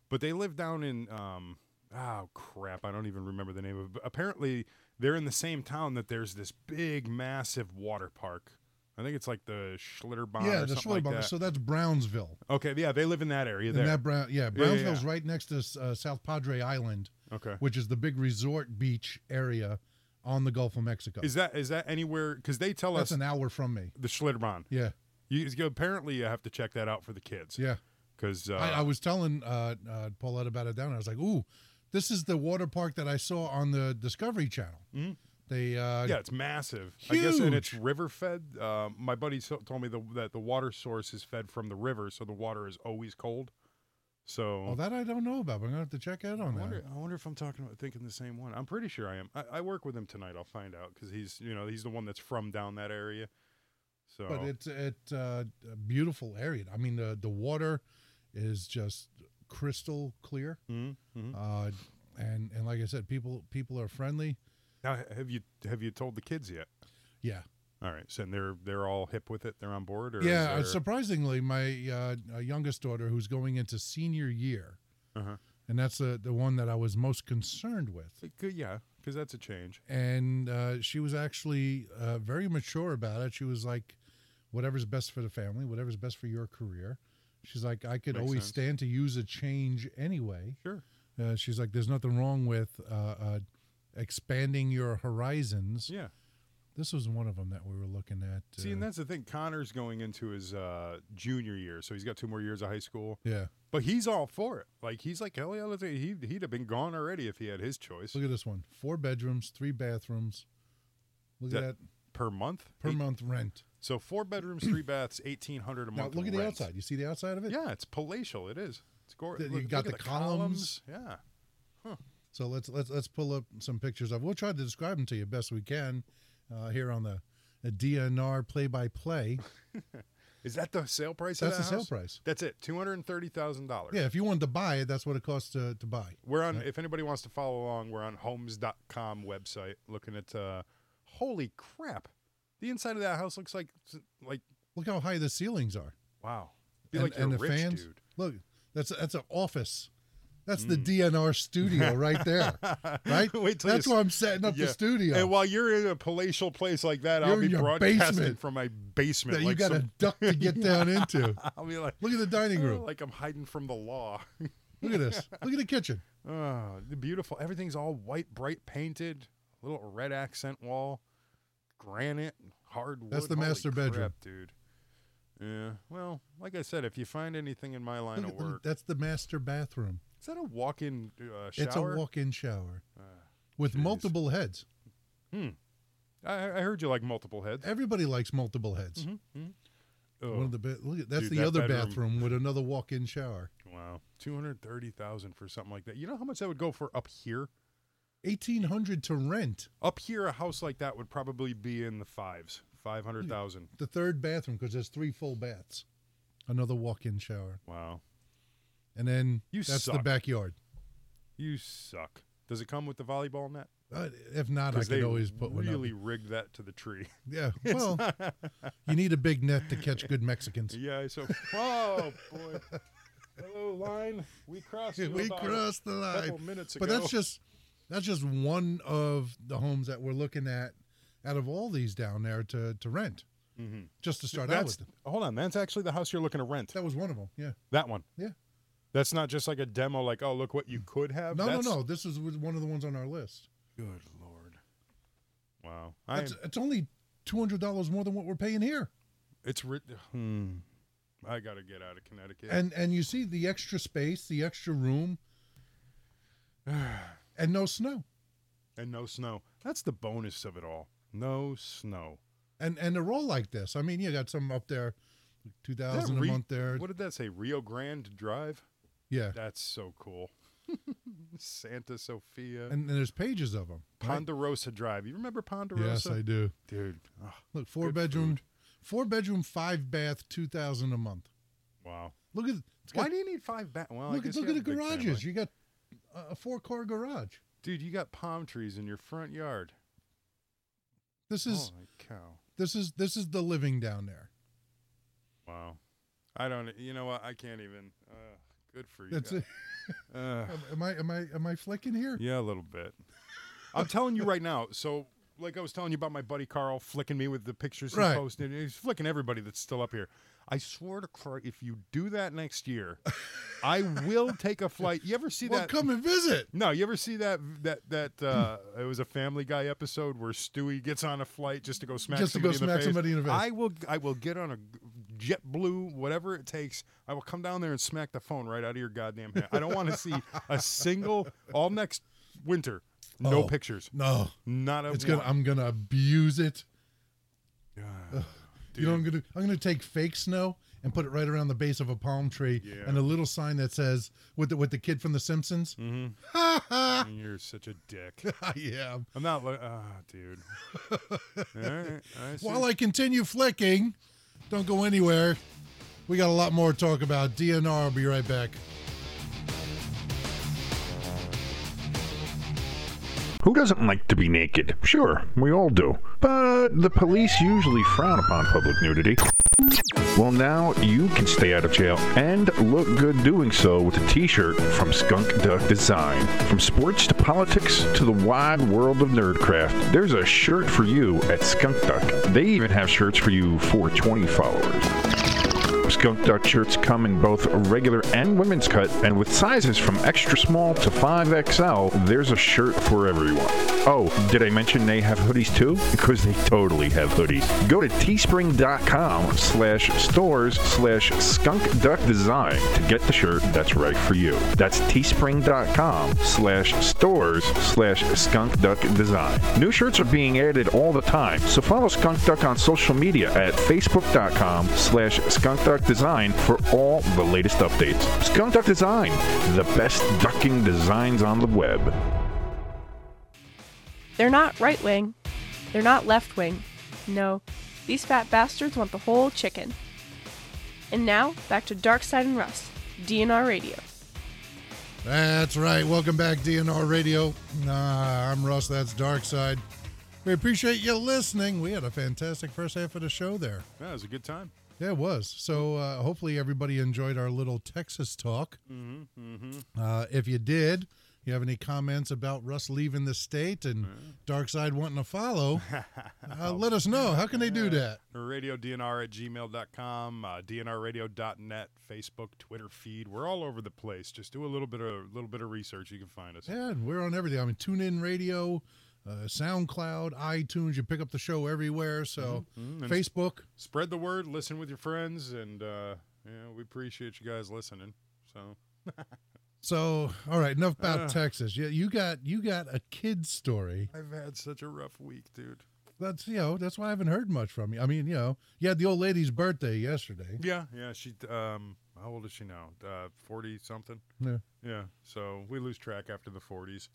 But they live down in um oh crap, I don't even remember the name of. it. But apparently, they're in the same town that there's this big, massive water park. I think it's like the Schlitterbahn. yeah, or the something like Schwalbach. that. So that's Brownsville. okay, yeah, they live in that area there. And that Brown, Yeah, yeah, yeah, Brownsville's yeah. right next to uh, South Padre Island, okay. which is the big resort beach area on the Gulf of Mexico. Is that is that anywhere? Because they tell that's us an hour from me. the Schlitterbahn. Yeah, You, you- apparently, you have to check that out for the kids. yeah. Because uh, I, I was telling uh, uh, Paulette about it down. there. I was like, "Ooh, this is the water park that I saw on the Discovery Channel." Mhm. They uh, Yeah, it's massive. I guess, and it's Huge. river fed. Uh, my buddy so- told me the, that the water source is fed from the river, so the water is always cold. So Oh, that I don't know about. But I'm gonna have to check out I on wonder, that. I wonder if I'm talking about thinking the same one. I'm pretty sure I am. I, I work with him tonight. I'll find out because he's you know he's the one that's from down that area. So But it's it uh, a beautiful area. I mean, the the water is just crystal clear, Mhm, mhm. uh, and and like I said, people people are friendly. now ha- have you have you told the kids yet? Yeah, All right, so they're they're all hip with it. They're on board. Or is yeah. uh, there- Surprisingly, my uh, uh, youngest daughter, who's going into senior year, Uh-huh. and that's the the one that I was most concerned with. It could- yeah, because that's a change. And uh, she was actually uh, very mature about it. She was like, "Whatever's best for the family, whatever's best for your career." She's like, "I could Makes always sense. stand to use a change anyway." Sure. Uh, she's like, "There's nothing wrong with uh, uh, expanding your horizons." Yeah. This was one of them that we were looking at. Uh, See, and that's the thing. Connor's going into his uh, junior year, so he's got two more years of high school. yeah. But he's all for it. Like he's like, hell yeah, let's he he'd have been gone already if he had his choice Look at this one: four bedrooms, three bathrooms. Look at That- that per month. per Eight- month rent. So four bedrooms, three baths, eighteen hundred a Now month. look at the rent. outside. You see the outside of it? Yeah, it's palatial. It is. It's gorgeous. Th- you got the columns. Yeah. So let's let's let's pull up some pictures of. We'll try to describe them to you best we can uh, here on the, the DNR play by play. Is that the sale price? of That's the that sale house? price. That's it. Two hundred and thirty thousand dollars. Yeah, if you wanted to buy it, that's what it costs to, to buy. We're on. If anybody wants to follow along, we're on homes.com website looking at. Uh, holy crap! The inside of that house looks like like Look how high the ceilings are. wow. Feel like you're a rich dude. Mm. Look, that's that's an office. That's the DNR studio right there. Right? Wait till you that's s- why I'm setting up Yeah. the studio. And while you're in a palatial place like that, I'll You're be in your broadcasting basement from my basement. that you like got a some, duck to get down into. I'll be like, Look at the dining "Oh, room. like I'm hiding from the law. Look at this. Look at the kitchen. oh, the beautiful. Everything's all white, bright painted. Little red accent wall, granite, hardwood. That's the Holy master bedroom. crap, dude. Yeah. Well, like I said, if you find anything in my line Look of at the- work, that's the master bathroom. is that a walk-in uh, shower? Ah, It's a walk-in shower with multiple heads. I, I heard you like multiple heads. Everybody likes multiple heads. One Oh, of the ba- look at, that's Dude, the that other bedroom- bathroom with another walk-in shower. wow, two hundred thirty thousand for something like that. You know how much that would go for up here? Eighteen hundred to rent Up here, a house like that would probably be in the fives, five hundred thousand. the third bathroom because there's three full baths, another walk-in shower, Wow, and then You that's the suck. backyard. you suck. Does it come with the volleyball net? Uh, if not, I Because could always put one. really up. rigged that to the tree. Yeah. Well, you need a big net to catch good Mexicans. yeah. So, oh boy, hello line, we crossed. you we about a crossed the line. couple minutes But that's ago. just that's just one of the homes that we're looking at out of all these down there to to rent. Just to start out Mm-hmm. That's with them. hold on. That's actually the house you're looking to rent. That was one of them. Yeah. That one. Yeah. That's not just like a demo. Like, oh, look what you could have. No, That's- no, no. This is was one of the ones on our list. Good lord. Wow. I That's, am, it's only two hundred dollars more than what we're paying here. it's ri- hmm. I got to get out of Connecticut. And and you see the extra space, the extra room, and no snow, and no snow. That's the bonus of it all. No snow. and and they're all like this. I mean, you got some up there, two Is that thousand a Re- month there. What did that say? Rio Grande Drive? yeah, That's so cool. Santa Sofia. and, and there's pages of them. Ponderosa Drive. You remember Ponderosa? Yes, I do. Dude. Oh, Look, four bedroom, four bedroom, five bath, two thousand a month. wow. Look at it's Why got, do you need five bat? Well, I look, guess you at look at the have a big family. garages. You got a, a four car garage. Dude, you got palm trees in your front yard. This is Holy cow. this is this is the living down there. Wow. I don't. e, You know what? I can't even. Uh, good for you. That's it. Uh, Am- Am I am I am I flicking here? yeah, a little bit. I'm telling you right now. So, like I was telling you about my buddy Carl flicking me with the pictures he Right. posted. He's flicking everybody that's still up here. I swear to Christ, if you do that next year, I will take a flight. You ever see Well, that? come and visit. No, you ever see that that that uh, it was a Family Guy episode where Stewie gets on a flight just to go smack Just to go somebody in the smack face? somebody in the face. I will I will get on a JetBlue, whatever it takes. I will come down there and smack the phone right out of your goddamn hand. I don't want to see a single all next winter. No Oh, pictures. No, Not a it's gonna. one. I'm gonna abuse it. Ugh. you know, what I'm gonna. I'm gonna take fake snow and put it right around the base of a palm tree Yeah. and a little sign that says with the, with the kid from The Simpsons. Mm. You're such a dick. yeah. I'm not. li- Ah, dude. All right, I see. While I continue flicking, don't go anywhere. We got a lot more to talk about. DNR. I'll be right back. Who doesn't like to be naked? Sure, we all do. But the police usually frown upon public nudity. Well, now you can stay out of jail and look good doing so with a t shirt from Skunk Duck Design. From sports to politics to the wide world of nerdcraft, there's a shirt for you at Skunk Duck. They even have shirts for you 420 followers. Skunk Duck shirts come in both a regular and women's cut, and with sizes from extra small to 5XL, there's a shirt for everyone. Oh, did I mention they have hoodies too? Because they totally have hoodies. Go to teespring.com slash stores slash skunk duck design to get the shirt that's right for you. That's teespring.com slash stores slash skunk duck design. New shirts are being added all the time, so follow Skunk Duck on social media at facebook.com slash skunk duck design for all the latest updates. Skunk Duck Design, the best ducking designs on the web. They're not right wing. They're not left wing. No, these fat bastards want the whole chicken. And now, back to Dark Side and Russ, DNR Radio. That's right. Welcome back, DNR Radio. Nah, I'm Russ. That's Dark Side. We appreciate you listening. We had a fantastic first half of the show there. Yeah, it was a good time. Yeah, it was. So uh, hopefully everybody enjoyed our little Texas talk. Mm-hmm, mm-hmm. Uh, if you did, you have any comments about Russ leaving the state and Mm-hmm. Dark Side wanting to follow, uh, let us know. How can they do that? Radio DNR at gmail.com, uh, DNRradio.net, Facebook, Twitter feed. We're all over the place. Just do a little bit of little bit of research. You can find us. Yeah, and we're on everything. I mean, tune in radio, uh, SoundCloud, iTunes. You pick up the show everywhere. So Mhm, mhm. And Facebook. Spread the word. Listen with your friends, and uh, yeah, we appreciate you guys listening. So So all right, enough about Ah. Texas. Yeah, you got you got a kid story. I've had such a rough week, dude. That's you know that's why I haven't heard much from you. I mean, you know, you had the old lady's birthday yesterday. Yeah, yeah. She, um, how old is she now? Uh, Forty something. Yeah. Yeah. So we lose track after the forties.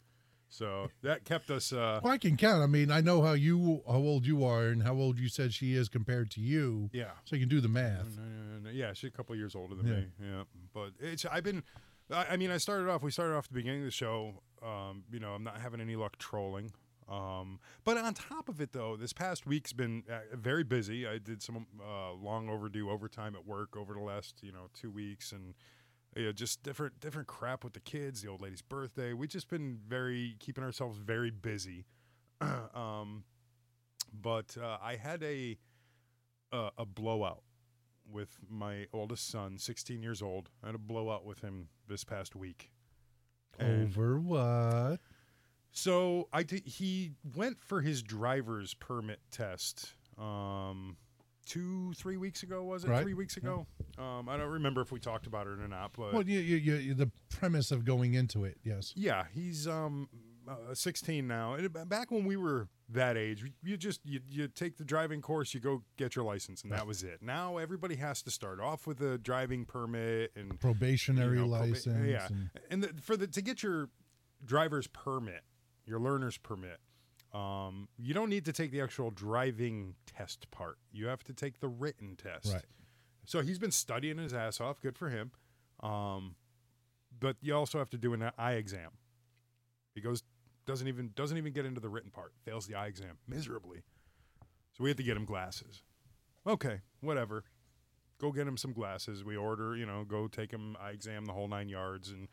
So that kept us. Uh, Well, I can count. I mean, I know how you how old you are and how old you said she is compared to you. Yeah. So you can do the math. No, no, no. Yeah, she's a couple years older than Yeah. me. Yeah, but it's I've been. I, I mean, I started off. We started off at the beginning of the show. Um, you know, I'm not having any luck trolling. Um, but on top of it, though, this past week's been uh, very busy. I did some uh, long overdue overtime at work over the last you know two weeks, and you know, just different different crap with the kids. The old lady's birthday. We've just been very keeping ourselves very busy. um, but uh, I had a uh, a blowout with my oldest son, 16 years old. I had a blowout with him this past week. And Over what? so I did, he went for his driver's permit test um, two, three weeks ago, was it? Right. Three weeks ago? Um, I don't remember if we talked about it or not, but Well, you, you, you, the premise of going into it, yes. yeah, he's um, uh, 16 now. And b- back when we were that age, you just you, you take the driving course, you go get your license, and that was it. Now everybody has to start off with a driving permit and Probationary proba- license. yeah, and- and, the, for the to get your driver's permit, your learner's permit, um, you don't need to take the actual driving test part. You have to take the written test. Right. So he's been studying his ass off. Good for him. Um, but you also have to do an eye exam. He goes doesn't even doesn't even get into the written part. Fails the eye exam miserably. So we had to get him glasses. Okay, whatever. Go get him some glasses. We order, you know, go take him eye exam the whole nine yards. And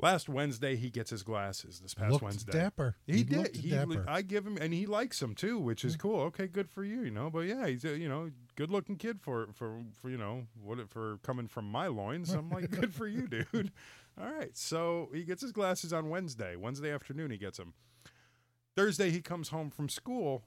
last Wednesday he gets his glasses. This past Looked Wednesday, dapper. He, He did. looked He, dapper. I give him, and he likes them too, which is cool. Okay, good for you, you know. But yeah, he's a, you know good looking kid for for for you know what it- for coming from my loins. I'm like, good for you, dude. All right, so he gets his glasses on Wednesday. Wednesday afternoon, he gets them. Thursday, he comes home from school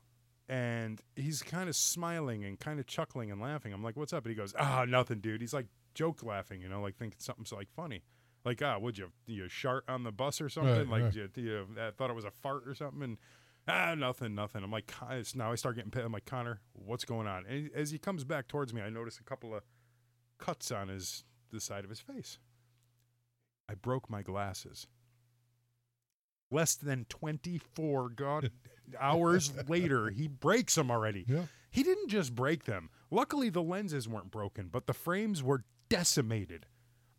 and he's kind of smiling and kind of chuckling and laughing. I'm like, what's up? And he goes, ah, nothing, dude. He's like joke laughing, you know, like thinking something's like funny. Like, ah, would you, you shart on the bus or something? like, right. You, you uh, thought it was a fart or something? And ah, nothing, nothing. I'm like, "Con-" it's- now I start getting pissed. I'm like, Connor, what's going on? And as he comes back towards me, I notice a couple of cuts on his the side of his face. I broke my glasses. Less than 24 god hours later, he breaks them already. Yeah. He didn't just break them. Luckily, the lenses weren't broken, but the frames were decimated.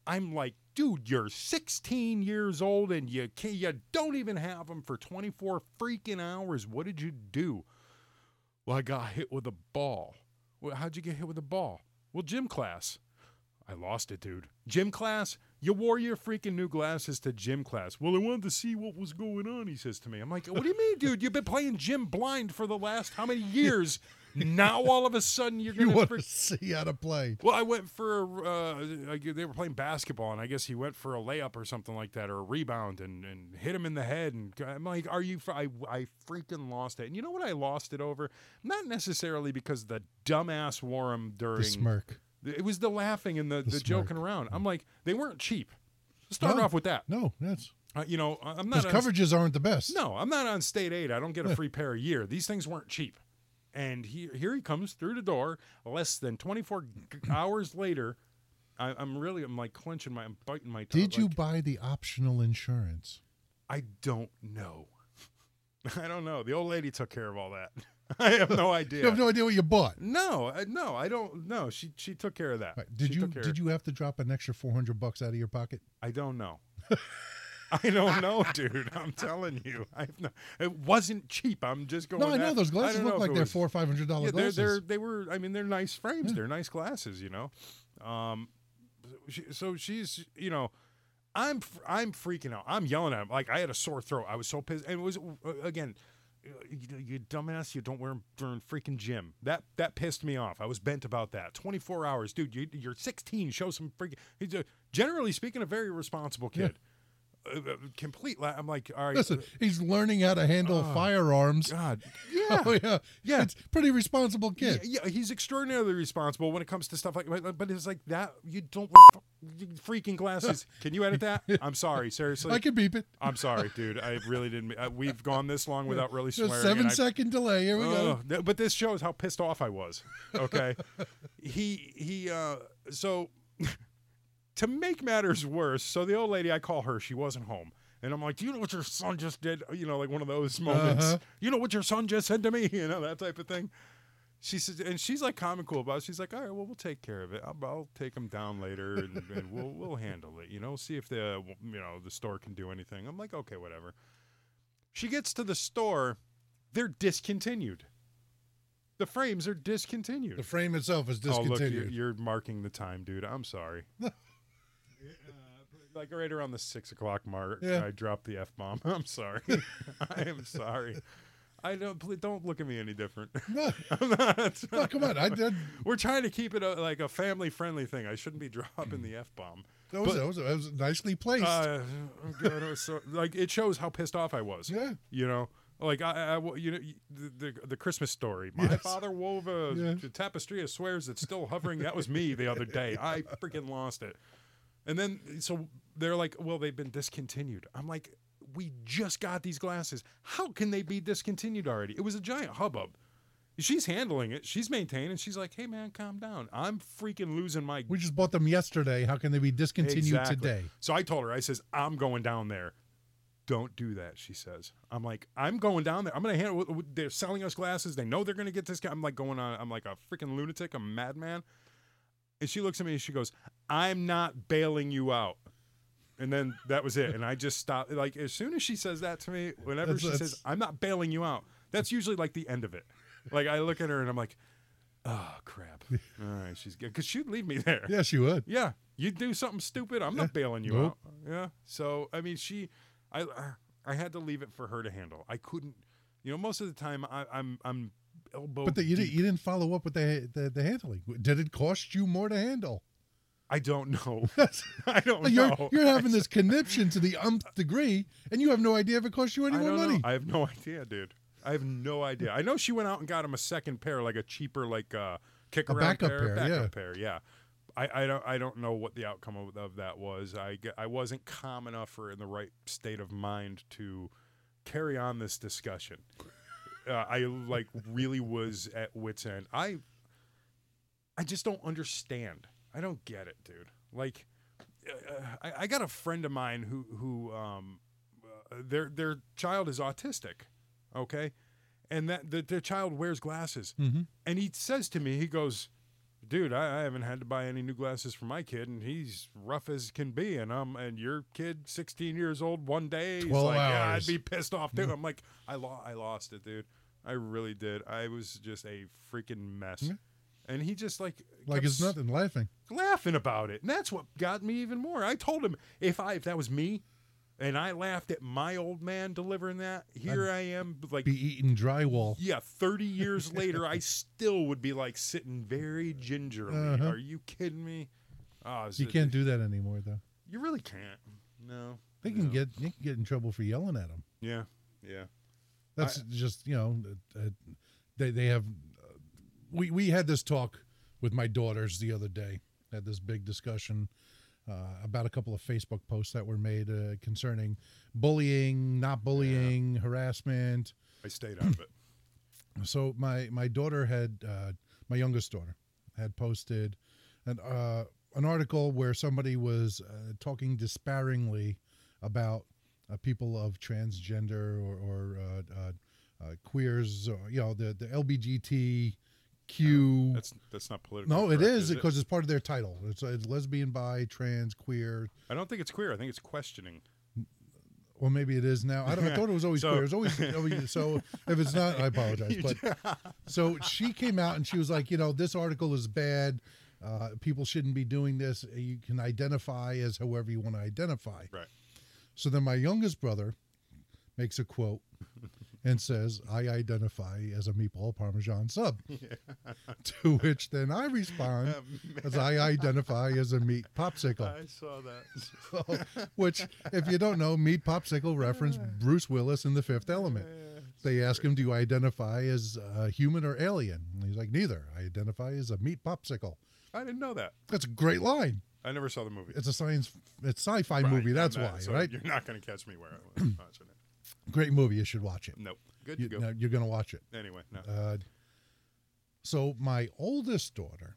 I'm like, dude, you're 16 years old and you can you don't even have them for 24 freaking hours. What did you do? Well, I got hit with a ball. Well, how'd you get hit with a ball? Well, gym class. I lost it, dude. Gym class? You wore your freaking new glasses to gym class. Well, I wanted to see what was going on, he says to me. I'm like, what do you mean, dude? You've been playing gym blind for the last how many years? now all of a sudden you're You going want to see how to play. well, I went for uh, I gu- they were playing basketball, and I guess he went for a layup or something like that, or a rebound, and, and hit him in the head. And g- I'm like, "Are you?" fr- I I freaking lost it. And you know what? I lost it over not necessarily because the dumbass wore him during The smirk. It was the laughing and the, the, joking around. I'm like, they weren't cheap. Let's start No. off with that. No, that's Uh, you know, I- I'm not because on- coverages aren't the best. no, I'm not on state aid. I don't get a free pair a year. These things weren't cheap. And he, here he comes through the door. Less than 24 g- hours later, I, I'm really, I'm like clenching my, I'm biting my tongue. Did you like, buy the optional insurance? I don't know. I don't know. The old lady took care of all that. I have no idea. You have no idea what you bought. No, I- no, I don't. No, she she took care of that. Did She you took care- did you have to drop an extra four hundred bucks out of your pocket? I don't know. I don't know, dude. I'm telling you, I have no, it wasn't cheap. I'm just going. No, I know at- those glasses don't look know if like it they're was- four or five hundred dollar Yeah, they're, glasses. they're they were. I mean, they're nice frames. They're nice glasses. You know, um, she, so she's you know, I'm f- I'm freaking out. I'm yelling at him like I had a sore throat. I was so pissed. And it was uh, again, uh, you, you dumbass. You don't wear 'em during freaking gym. That that pissed me off. I was bent about that. 24 hours, dude. You, you're 16. Show some freaking. He's a, generally speaking, a very responsible kid. Uh, uh, complete. La- I'm like, all right. Listen, uh, he's learning how to handle Oh, firearms. God, yeah, oh, yeah, yeah. It's pretty responsible kid. Yeah, yeah, he's extraordinarily responsible when it comes to stuff like. but- But it's like that. You don't wear f- freaking glasses. Can you edit that? I'm sorry. Seriously, I can beep it. I'm sorry, dude. I really didn't. Uh, we've gone this long without really Just swearing. seven and I- second delay. Here we go. Ugh, th- but this shows how pissed off I was. Okay, he he. uh So to make matters worse, so the old lady I call her, she wasn't home, and I'm like, "Do you know what your son just did? You know, like one of those moments. Uh-huh. You know what your son just said to me? You know that type of thing." She says, and she's like calm and cool about it. She's like, "All right, well, we'll take care of it. I'll, I'll take him down later, and, and we'll we'll handle it. You know, see if the you know the store can do anything." I'm like, "Okay, whatever." She gets to the store, they're discontinued. The frames are discontinued. The frame itself is Oh, look, discontinued. you're, you're marking the time, dude. I'm sorry. Uh, like right around the six o'clock mark, Yeah. I dropped the f bomb. I'm sorry. I am sorry. I don't. Please don't look at me any different. No. I'm not. No, come on, I did- We're trying to keep it a, like a family friendly thing. I shouldn't be dropping the f bomb. that, was, that, was, that was nicely placed. Uh, oh God, I was so, like it shows how pissed off I was. Yeah. you know, like I, I you know, the the, the Christmas story. My Yes. father wove a Yeah. tapestry of swears that's still hovering. That was me the other day. I freaking lost it. And then so they're like, well, they've been discontinued. I'm like, we just got these glasses. How can they be discontinued already? It was a giant hubbub. She's handling it. She's maintaining. She's like, "Hey man, calm down. I'm freaking losing my we just bought them yesterday. How can they be discontinued Exactly. today? So I told her, I says, I'm going down there. Don't do that, she says. I'm like, I'm going down there. I'm gonna handle. w- w- They're selling us glasses. They know they're gonna get this guy. I'm like going on. I'm like a freaking lunatic, a madman. And she looks at me and she goes, I'm not bailing you out. And then that was it. And I just stopped. Like as soon as she says that to me, whenever That's- she that's- says, I'm not bailing you out, that's usually like the end of it. Like I look at her and I'm like, oh crap. All right, she's good because she'd leave me there. Yes, you would. Yeah, you do something stupid. I'm not bailing you Nope. out. Yeah. So I mean, she, I, uh, I had to leave it for her to handle. I couldn't. You know, most of the time I, I'm I'm elbow. But the, you, didn't, deep. you didn't follow up with the, the the handling. Did it cost you more to handle? I don't know. I don't you're know. you're having this conniption to the umpth degree, and you have no idea if it costs you any I more don't money. know. I have no idea, dude. I have no idea. I know she went out and got him a second pair, like a cheaper, like uh, kick A around backup pair, pair, backup yeah. pair. Yeah. I, I don't I don't know what the outcome of, of that was. I g- I wasn't calm enough or in the right state of mind to carry on this discussion. Uh, I like really was at wits end. I I just don't understand. I don't get it, dude. Like, uh, I, I got a friend of mine who who um, uh, their their child is autistic, okay, and that the, their child wears glasses, Mhm. and he says to me, he goes, "Dude, I, I haven't had to buy any new glasses for my kid, and he's rough as can be, and um, and your kid, sixteen years old, one day, he's 12 like, yeah, I'd hours. Mm-hmm. be pissed off too." I'm like, I lo- I lost it, dude. I really did. I was just a freaking mess. And he just like Mm-hmm. like kept it's nothing. Laughing. laughing about it. And that's what got me even more. I told him if I if that was me and I laughed at my old man delivering that, here I am like Be eating drywall. yeah, 30 years later I still would be like sitting very gingerly. Uh-huh. Are you kidding me? Oh, You can't do that anymore, though. You really can't. No. They can no. get they can get in trouble for yelling at them. Yeah. Yeah. That's just you know, uh, uh, they they have. Uh, we we had this talk with my daughters the other day. Had this big discussion uh, about a couple of Facebook posts that were made uh, concerning bullying, not bullying, harassment. I stayed out of it. So my my daughter had uh, my youngest daughter had posted an uh, an article where somebody was uh, talking disparagingly about uh, people of transgender or, or uh, uh, uh, queers, or, you know, the the LBGTQ. That's that's not political. no, it Oh, is because it's part of their title. It's, it's lesbian, bi, trans, queer, I don't think it's queer. I think it's questioning. or maybe it is now. I, don't, I thought it was always So- queer. It was always always- so. If it's not, I apologize. You But so she came out and she was like, you know, this article is bad. Uh, people shouldn't be doing this. You can identify as however you want to identify. Right. So then my youngest brother makes a quote and says, "I identify as a meatball parmesan sub." To which then I respond, as I identify as a meat popsicle. Oh, I saw that. Oh, which, if you don't know, Meat Popsicle referenced Bruce Willis in The Fifth Element. They ask him, "Do you identify as uh, human or alien?" And he's like, "Neither. I identify as a meat popsicle." I didn't know that. That's a great line. I never saw the movie. It's a science, it's sci-fi Right, movie. I'm That's not- why, so right? You're not going to catch me where I was watching it. Great movie. You should watch it. Nope. Good You, to go. no, you're going to watch it. Anyway, no. Uh, so my oldest daughter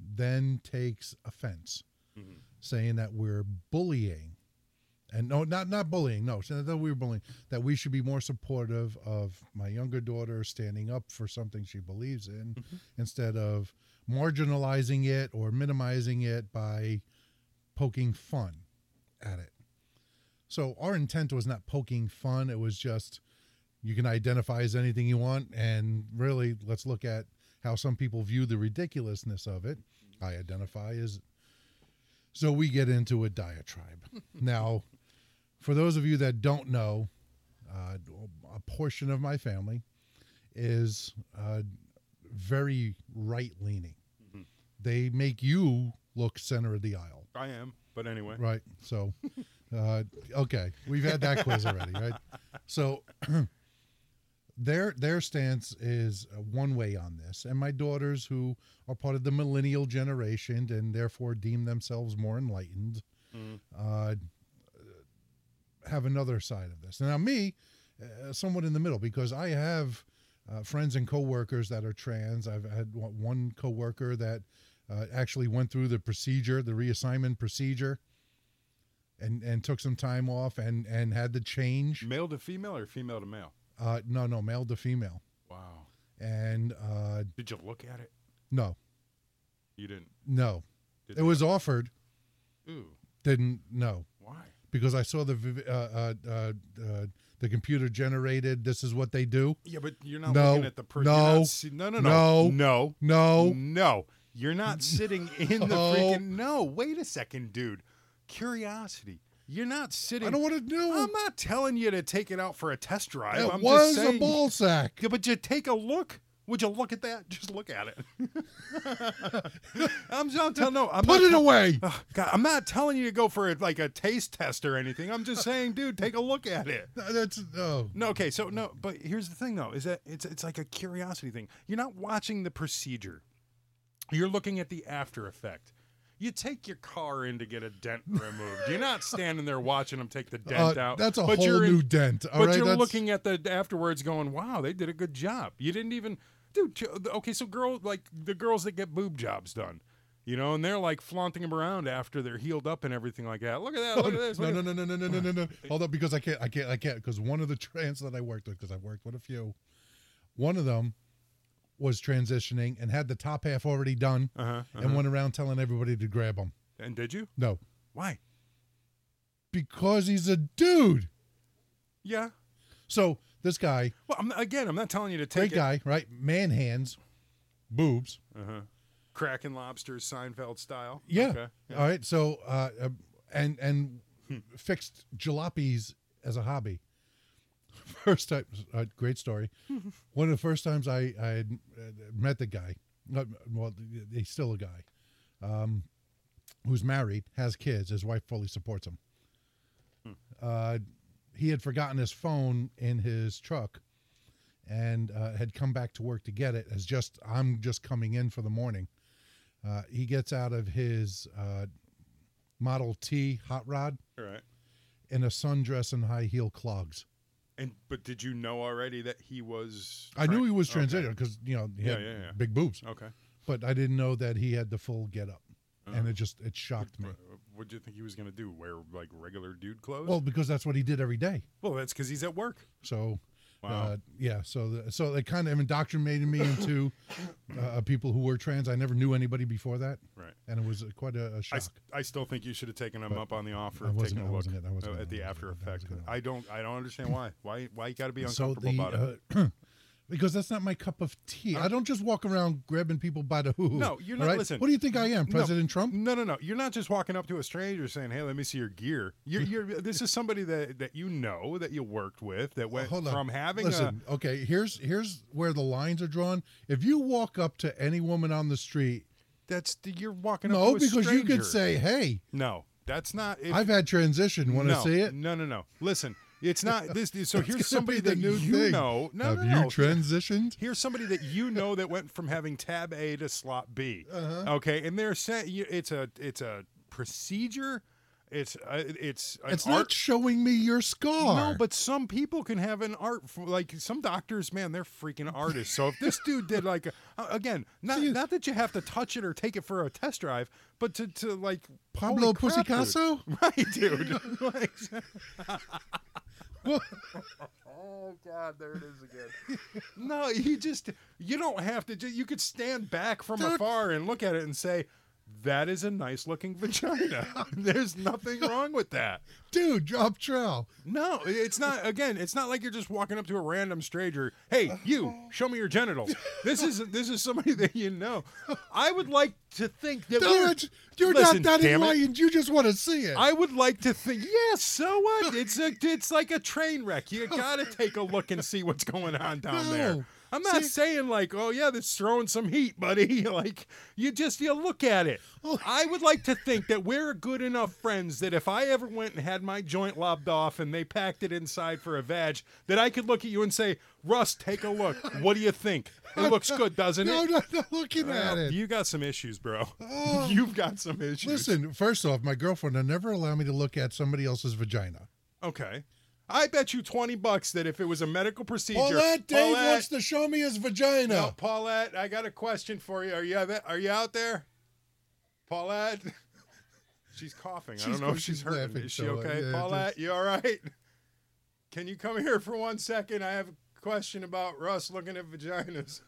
then takes offense, Mhm. saying that we're bullying, and no, not not bullying. No, she- that we were bullying. That we should be more supportive of my younger daughter standing up for something she believes in, instead of marginalizing it or minimizing it by poking fun at it. So our intent was not poking fun. It was just you can identify as anything you want and really let's look at how some people view the ridiculousness of it i identify as so we get into a diatribe now for those of you that don't know uh, a portion of my family is uh, very right leaning Mhm. they make you look center of the aisle I am, but anyway. Right. So, uh, okay, we've had that quiz already, right? So, their their stance is uh, one way on this, and my daughters, who are part of the millennial generation and therefore deem themselves more enlightened, Mm. uh, have another side of this. Now, me, uh, somewhat in the middle, because I have uh, friends and coworkers that are trans. I've had one one coworker that uh, actually went through the procedure, the reassignment procedure, and and took some time off and and had the change. Male to female or female to male? Uh, no, no, male to female, Wow. and uh, Did you look at it? no, You didn't. no, Did it was offered. Ooh. Didn't no. Why? Because I saw the vi- uh, uh, uh, uh, the computer generated. This is what they do. Yeah, but you're not No. looking at the person. No. no, no, no, no, No. no. You're not sitting in the No. freaking. No, wait a second, dude. Curiosity. You're not sitting. I don't want to do. I'm not telling you to take it out for a test drive. It I'm was just saying, a ball sack. Yeah, but you take a look. Would you look at that? Just look at it. I'm not telling. No, I'm Put not it away. Ugh, God, I'm not telling you to go for like a taste test or anything. I'm just saying, dude, take a look at it. No, That's no. No, okay, so no, but here's the thing though, is that it's it's like a curiosity thing. You're not watching the procedure. You're looking at the after effect. You take your car in to get a dent removed. You're not standing there watching them take the dent Uh, out. that's a but whole you're in- new dent. all but right? you're That's- looking at the afterwards, going, "Wow, they did a good job." You didn't even, dude. ch- Okay, so girl, like the girls that get boob jobs done, you know, and they're like flaunting them around after they're healed up and everything like that. Look at that. Oh, Look at this. no, look no, at- no, no, no, no, no, no, no. Hold up, because I can't, I can't, I can't. Because one of the trans that I worked with, because I worked with a few, one of them was transitioning and had the top half already done, Uh-huh, uh-huh. and went around telling everybody to grab him. And did you? No, Why? because he's a dude. Yeah. So this guy, Well, I'm, again, I'm not telling you to take great guy, right? Man hands, boobs. it. Uh-huh. Kraken lobsters, Seinfeld style. Yeah. Okay. All right. So uh, uh, and and fixed jalopies as a hobby. First time, uh, great story. One of the first times I I had uh, met the guy. Not, well, he's still a guy, um, who's married, has kids. His wife fully supports him. Uh, he had forgotten his phone in his truck, and uh, had come back to work to get it. As just I'm just coming in for the morning. Uh, he gets out of his uh, Model T hot rod All right. in a sundress and high heel clogs. And but did you know already that he was? I knew he was Okay. transitioning because you know he Yeah, had yeah, Oh. yeah. big boobs, Okay. but I didn't know that he had the full get up, and Uh, it just it shocked me. What do you think he was going to do? Wear like regular dude clothes? Well, because that's what he did every day. well that's because he's at work. So, Wow. Uh, yeah. So the, so it kind of indoctrinated me into uh, people who were trans. I never knew anybody before that. Right. And it was uh, quite a, a I, shock. s- I still think you should have taken him But up on the offer. I of wasn't- taking I a look wasn't gonna- I wasn't uh, at gonna- the I after wasn't effects. I don't. I don't understand why. Why? Why you got to be so uncomfortable the about it? uh, because that's not my cup of tea. I don't just walk around grabbing people by the hoo. No, you're not. all right? Listen, What do you think I am, No, President Trump? No, no, no. You're not just walking up to a stranger saying, "Hey, let me see your gear." You're, you're this is somebody that that you know that you worked with that went Hold on. from having Listen, okay, here's here's where the lines are drawn. If you walk up to any woman on the street, that's you're walking. no, up to a because you stranger. could say, "Hey, a no. That's not. if- I've had transition. Want to no, see it?" No, no, no. Listen, it's not this. So That's gonna here's somebody be the that new you thing. know. No, Have no, you no. transitioned? Here's somebody that you know that went from having tab A to slot B. Uh-huh. Okay, and they're saying it's a it's a procedure. It's uh, it's an It's art not showing me your scar. No, but some people can have an art, f- like some doctors, man, they're freaking artists. So if this dude did like, a- uh, again, not not that you have to touch it or take it for a test drive, but to, to like holy Pablo crap, dude. Picasso? right, dude? Like, Oh God, there it is again. no, you just you don't have to. ju- You could stand back from afar and look at it and say. That is a nice looking vagina. There's nothing wrong with that. Dude, drop trowel. No, it's not. Again, it's not like you're just walking up to a random stranger. Hey, you, show me your genitals. This is this is somebody that you know. I would like to think that we're- Dude, you're Listen, not that damn it. enlightened. You just want to see it. I would like to think. Yes, so what? It's a it's like a train wreck. You gotta take a look and see what's going on down No. there. I'm not See- saying like, oh yeah, that's throwing some heat, buddy. Like you just you look at it. Oh. I would like to think that we're good enough friends that if I ever went and had my joint lobbed off and they packed it inside for a vag, that I could look at you and say, Russ, take a look. What do you think? It looks good, doesn't no, it? No, no, Oh. looking Well, at it. You got some issues, bro. You've got some issues. Listen, first off, my girlfriend will never allow me to look at somebody else's vagina. Okay. I bet you 20 bucks that if it was a medical procedure. Paulette, Dave Paulette- wants to show me his vagina. No, Paulette, I got a question for you. Are you are you out there? Paulette? She's coughing. I She's don't know if cough- she's she's hurting. laughing, Is she so, uh, okay? yeah, Paulette, just- you all right? Can you come here for one second? I have a question about Russ looking at vaginas.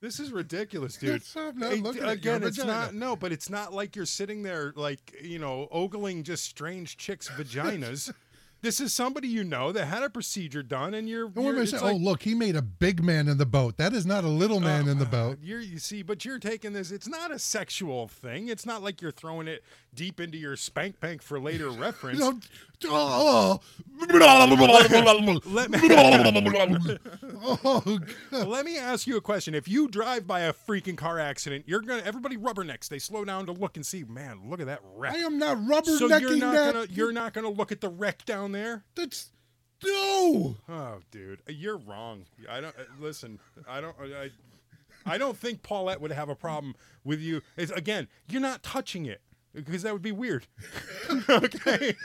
This is ridiculous, dude. Yes, I'm not It- looking at your again, it's vagina. not no, but it's not like you're sitting there like you know ogling just strange chicks' vaginas. this is somebody you know that had a procedure done, and you're. And what am you're- I it's saying? like- Oh, oh, look, he made a big man in the boat. That is not a little man in the boat. You're, you see, but you're taking this. It's not a sexual thing. It's not like you're throwing it deep into your spank bank for later reference. No, oh, Let me, oh, let me ask you a question. If you drive by a freaking car accident, you're gonna everybody rubbernecks. They slow down to look and see. Man, look at that wreck. I am not rubbernecking so you're not that. gonna you're not gonna look at the wreck down there. That's no. Oh, dude, you're wrong. I don't uh, listen. I don't. uh, I, I don't think Paulette would have a problem with you. It's, again, you're not touching it because that would be weird. okay,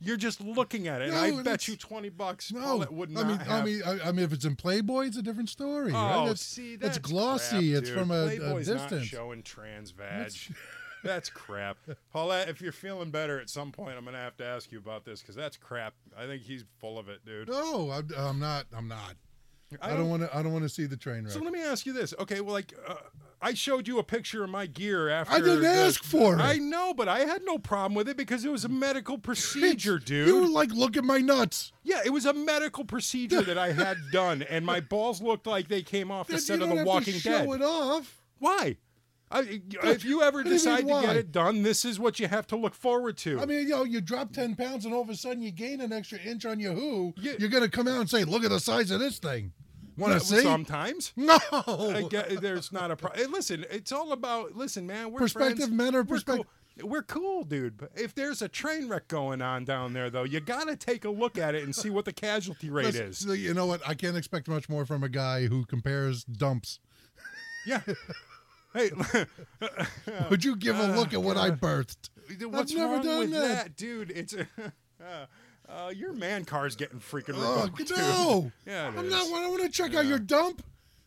you're just looking at it. and I No, bet that's- you twenty bucks No, Paulette would not I mean, have. I mean, I, I mean, if it's in Playboy, it's a different story. right? oh, It's- see, it's that's crap, glossy. it's dude. from a, a Playboy's Not distance. showing trans vag. That's crap, Paulette. If you're feeling better at some point, I'm gonna have to ask you about this because that's crap. I think he's full of it, dude. No, I'm, I'm not. I'm not. I I don't, don't- want to. I don't want to see the train wreck. So let me ask you this. Okay, well, like uh, I showed you a picture of my gear after. didn't the- ask for it. I know, but I had no problem with it because it was a medical procedure, dude. You were like, look at my nuts. yeah, it was a medical procedure that I had done, and my balls looked like they came off the Dad, set you of don't The have Walking to show Dead. it off. Why? I, if you ever What do you mean, decide to why? get it done, this is what you have to look forward to. I mean, yo, you drop ten pounds and all of a sudden you gain an extra inch on your who. You're gonna come out and say, look at the size of this thing. Want to see? sometimes. no. I get, there's not a problem. Listen, it's all about listen, man. We're Perspective friends. matter, We're perspec- cool. We're cool, dude. But if there's a train wreck going on down there, though, you gotta take a look at it and see what the casualty rate Listen, is. so You know what? I can't expect much more from a guy who compares dumps. Yeah. hey, Would you give a look at what I birthed? Oh. Ah. what's I've never wrong done with that. dude? It's uh, uh, your man car's getting freaking Oh, revoked, dude. no. Yeah, it I'm is. not. I want to check out your dump.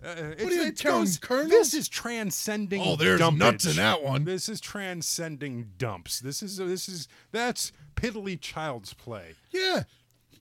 Uh, are it's- you, it Tom goes- Colonel? This is transcending. Oh, there's dumpage. nuts in that one. This is transcending dumps. This is this is that's piddly child's play. Yeah.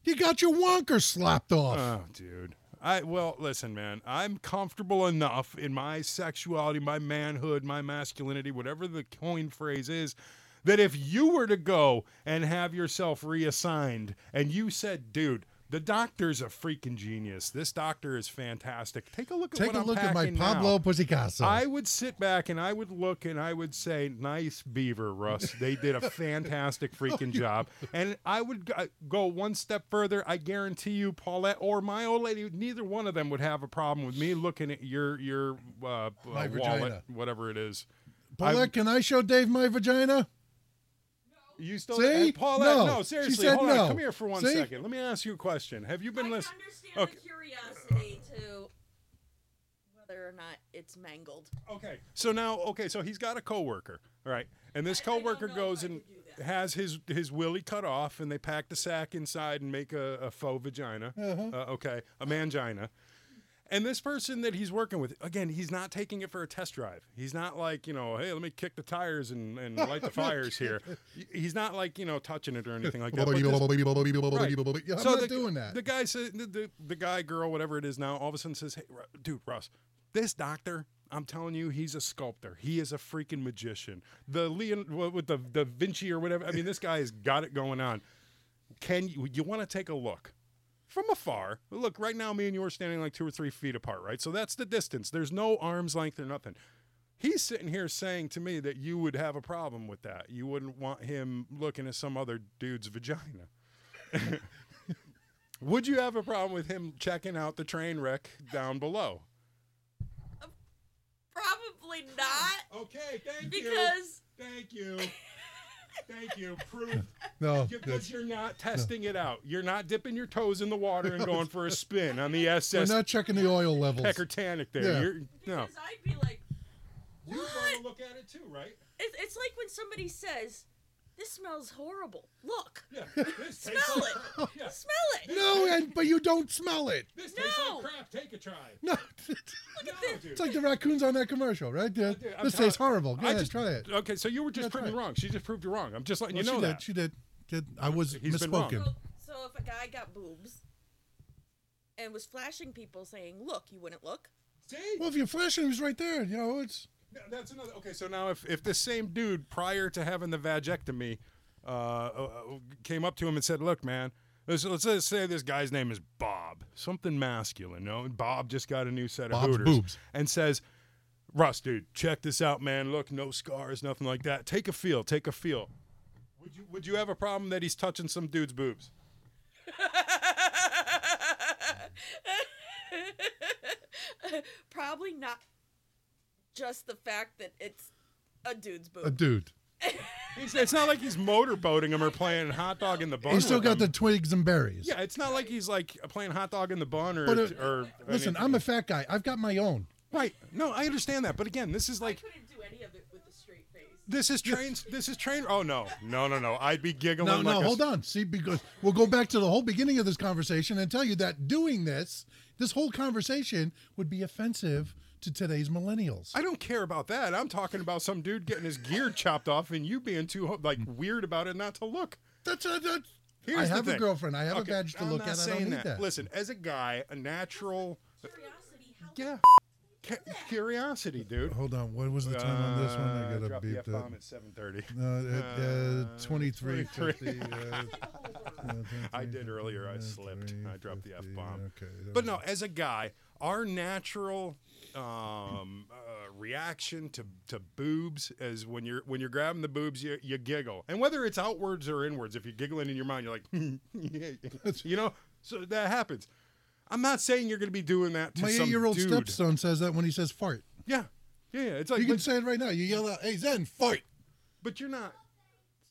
You got your wonker slapped off. Oh, dude. I well, listen, man. I'm comfortable enough in my sexuality, my manhood, my masculinity, whatever the coin phrase is, that if you were to go and have yourself reassigned and you said, "Dude, the doctor's a freaking genius. This doctor is fantastic. Take a look at Take what a I'm look at my packing now." Pablo Picasso. I would sit back and I would look and I would say, "Nice beaver, Russ. They did a Oh, fantastic freaking job." And I would g- uh, go one step further. I guarantee you, Paulette or my old lady, neither one of them would have a problem with me looking at your your uh, My uh, vagina. wallet, whatever it is. I- Paulette, can I show Dave my vagina? you still See? Hey, Paulette? No. No, She seriously, said hold no. on. Come here for one See? second. Let me ask you a question. Have you been listening? understand the curiosity to whether or not it's mangled. Okay. So now, okay, so he's got a coworker, all right, and this coworker goes and has his his willy cut off, and they pack the sack inside and make a, a faux vagina. Uh-huh. Uh, okay, a mangina. And this person that he's working with, again, he's not taking it for a test drive. He's not like, you know, hey, let me kick the tires and, and light the fires here. He's not like, you know, touching it or anything like that. but this- Right. I'm So not the- doing that. The guy says, the, the, the guy, girl, whatever it is now, all of a sudden says, "Hey, Ru- dude, Russ, this doctor, I'm telling you, he's a sculptor. He is a freaking magician. The Leon wha- with the Da Vinci or whatever. I mean, this guy has got it going on. Can you, you want to take a look from afar? Look, right now, me and you are standing like two or three feet apart, right? So that's the distance. There's no arm's length or nothing. He's sitting here saying to me that you would have a problem with that. You wouldn't want him looking at some other dude's vagina. Would you have a problem with him checking out the train wreck down below? Probably not. Okay, thank you. Because- Thank you. Thank you. Proof. No, Because you're not testing it out. You're not dipping your toes in the water and going for a spin on the We're SS not checking the oil levels. Peckertanic there. Yeah. You're, no. I'd be like, You'd want to look at it too, right? It's, it's like when somebody says, "This smells horrible. Look, smell it, smell it. No, and but you don't smell it. This tastes like crap. Take a try. No, it's like the raccoons on that commercial, right? Yeah. this tastes horrible. Go I ahead, just- try it. Okay, so you were just proven wrong. She just proved you wrong. I'm just letting Well, you know she that. Did, she did. Did I was He's been wrong. misspoken? So if a guy got boobs and was flashing people saying, "Look, you wouldn't look." Well, if you're flashing, he's right there. You know, it's Yeah, That's another. Okay, so now if, if this same dude prior to having the vagectomy uh, uh, uh, came up to him and said, "Look, man, let's, let's, just say this guy's name is Bob, something masculine, no? And Bob just got a new set of Bob's Hooters, boobs. and says." Russ, dude, check this out, man. Look, no scars, nothing like that. Take a feel, take a feel. Would you would you have a problem that he's touching some dude's boobs? Probably not. Just the fact that it's a dude's boob. a dude. He's, it's not like he's motorboating him or playing hot dog in the bun. He's still with got him. the twigs and berries. Yeah, it's not like he's like playing hot dog in the bun or. But, uh, or Listen, I'm a fat guy. I've got my own. Right. No, I understand that, but again, this is like couldn't do any of it with a straight face. this is trains. This is train. Oh no, no, no, no! I'd be giggling. No, like no, a- hold on. See, because we'll go back to the whole beginning of this conversation and tell you that doing this, this whole conversation would be offensive to today's millennials. I don't care about that. I'm talking about some dude getting his gear chopped off, and you being too ho- like weird about it not to look. That's a. That's, uh, Here's I the have a thing. girlfriend. I have Okay, a badge to I'm look not at. I saying don't need that. Listen, as a guy, a natural. Yeah. Cu- Curiosity, dude. Hold on. What was the time on this one? I Uh, gotta drop the beep F bomb that. Uh, at seven thirty. No, uh, uh, 23, 23. 50, uh, uh, I did earlier. I slipped. I dropped the f bomb. okay, But no, as a guy, our natural um, uh, reaction to to boobs is when you're when you're grabbing the boobs, you you giggle, and whether it's outwards or inwards, if you're giggling in your mind, you're like, you know, so that happens. I'm not saying you're going to be doing that to My some eight-year-old dude. stepson says that when he says fart. Yeah, yeah, yeah. It's like you can but- say it right now. You yell out, "Hey Zen, fart!" But you're not.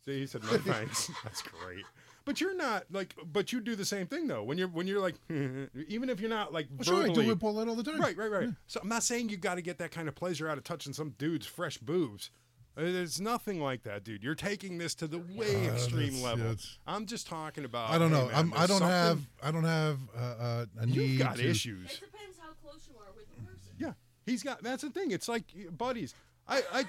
See, he said no thanks. That's great. But you're not like. But you do the same thing though. When you're when you're like, even if you're not like Well, sure, I do verbally- with Paulette all the time. Right, right, right. So I'm not saying you got to get that kind of pleasure out of touching some dude's fresh boobs. It's nothing like that, dude. You're taking this to the way Uh, extreme that's- level. that's- I'm just talking about. I don't hey, know. man, I'm, I there's don't something- have. I don't have uh, uh, a need. You've got to- issues. Depends how close you are with the person. Yeah, he's got. That's the thing. It's like buddies. I, I,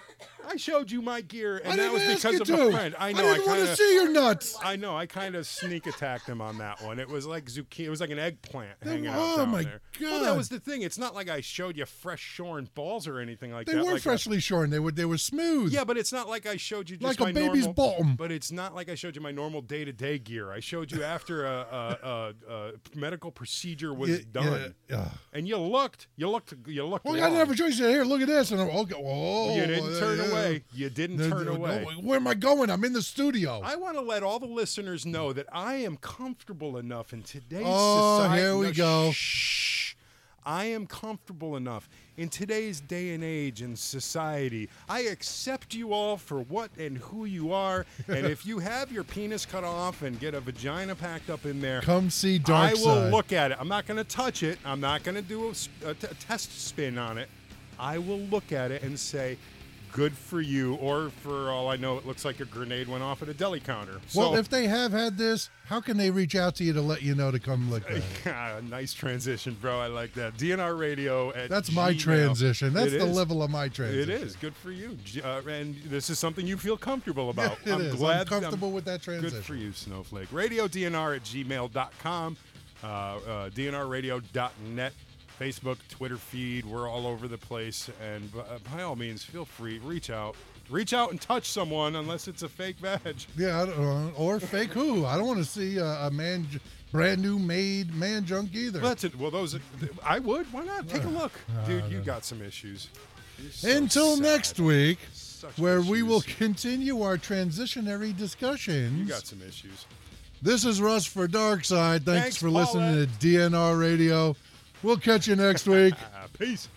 I showed you my gear, and I that didn't was ask because you of to. a friend. I I know. didn't wanna kinda- see your nuts. I know. I kind of sneak attacked him on that one. It was like zucchini. It was like an eggplant Then- hanging out oh down my there. Well, that God. was the thing. It's not like I showed you fresh shorn balls or anything like They that. were like a- freshly shorn. They were they were smooth. yeah, but it's not like I showed you just Like my a baby's normal, bottom. But it's not like I showed you my normal day to day gear. I showed you after a, a, a, a medical procedure was Yeah, done, yeah, yeah. and you looked, you looked, you looked. Well, I long. didn't have a choice. He said, Here, look at this, and I'm okay. Whoa, you didn't uh, turn yeah. away. You didn't No, turn no, away. no, Where am I going? I'm in the studio. I want to let all the listeners know that I am comfortable enough in today's Oh, society. here we No, go. Shh. I am comfortable enough in today's day and age and society. I accept you all for what and who you are. And if you have your penis cut off and get a vagina packed up in there, Come see Dark I will Side. look at it. I'm not going to touch it. I'm not going to do a, sp- a t- a test spin on it. I will look at it and say, "Good for you," or for all I know, it looks like a grenade went off at a deli counter. so, well, if they have had this, how can they reach out to you to let you know to come look? at it? Ah, nice transition, bro. I like that. DNR Radio at That's my Gmail. transition. That's It the is. level of my transition. It is good for you, G- uh, and this is something you feel comfortable about. It I'm is. I'm glad comfortable with that Good for transition. you, Snowflake. Radio DNR at gmail.com, uh, uh, DNRradio.net, Facebook, Twitter feed. We're all over the place, and b- uh, by all means, feel free reach out, reach out and touch someone, unless it's a fake badge. Yeah, I don't know. or fake who? I don't want to see a, a man, j- brand new made man junk either. Well, that's it. Well, those I would. Why not? Take a look, dude. You got some issues. You're so Until sad. next week, Such where we issues. will continue our transitionary discussions. You got some issues. This is Russ for Dark Side. Thanks, Thanks, for listening Paula. to DNR Radio. We'll catch you next week. Ah, Peace.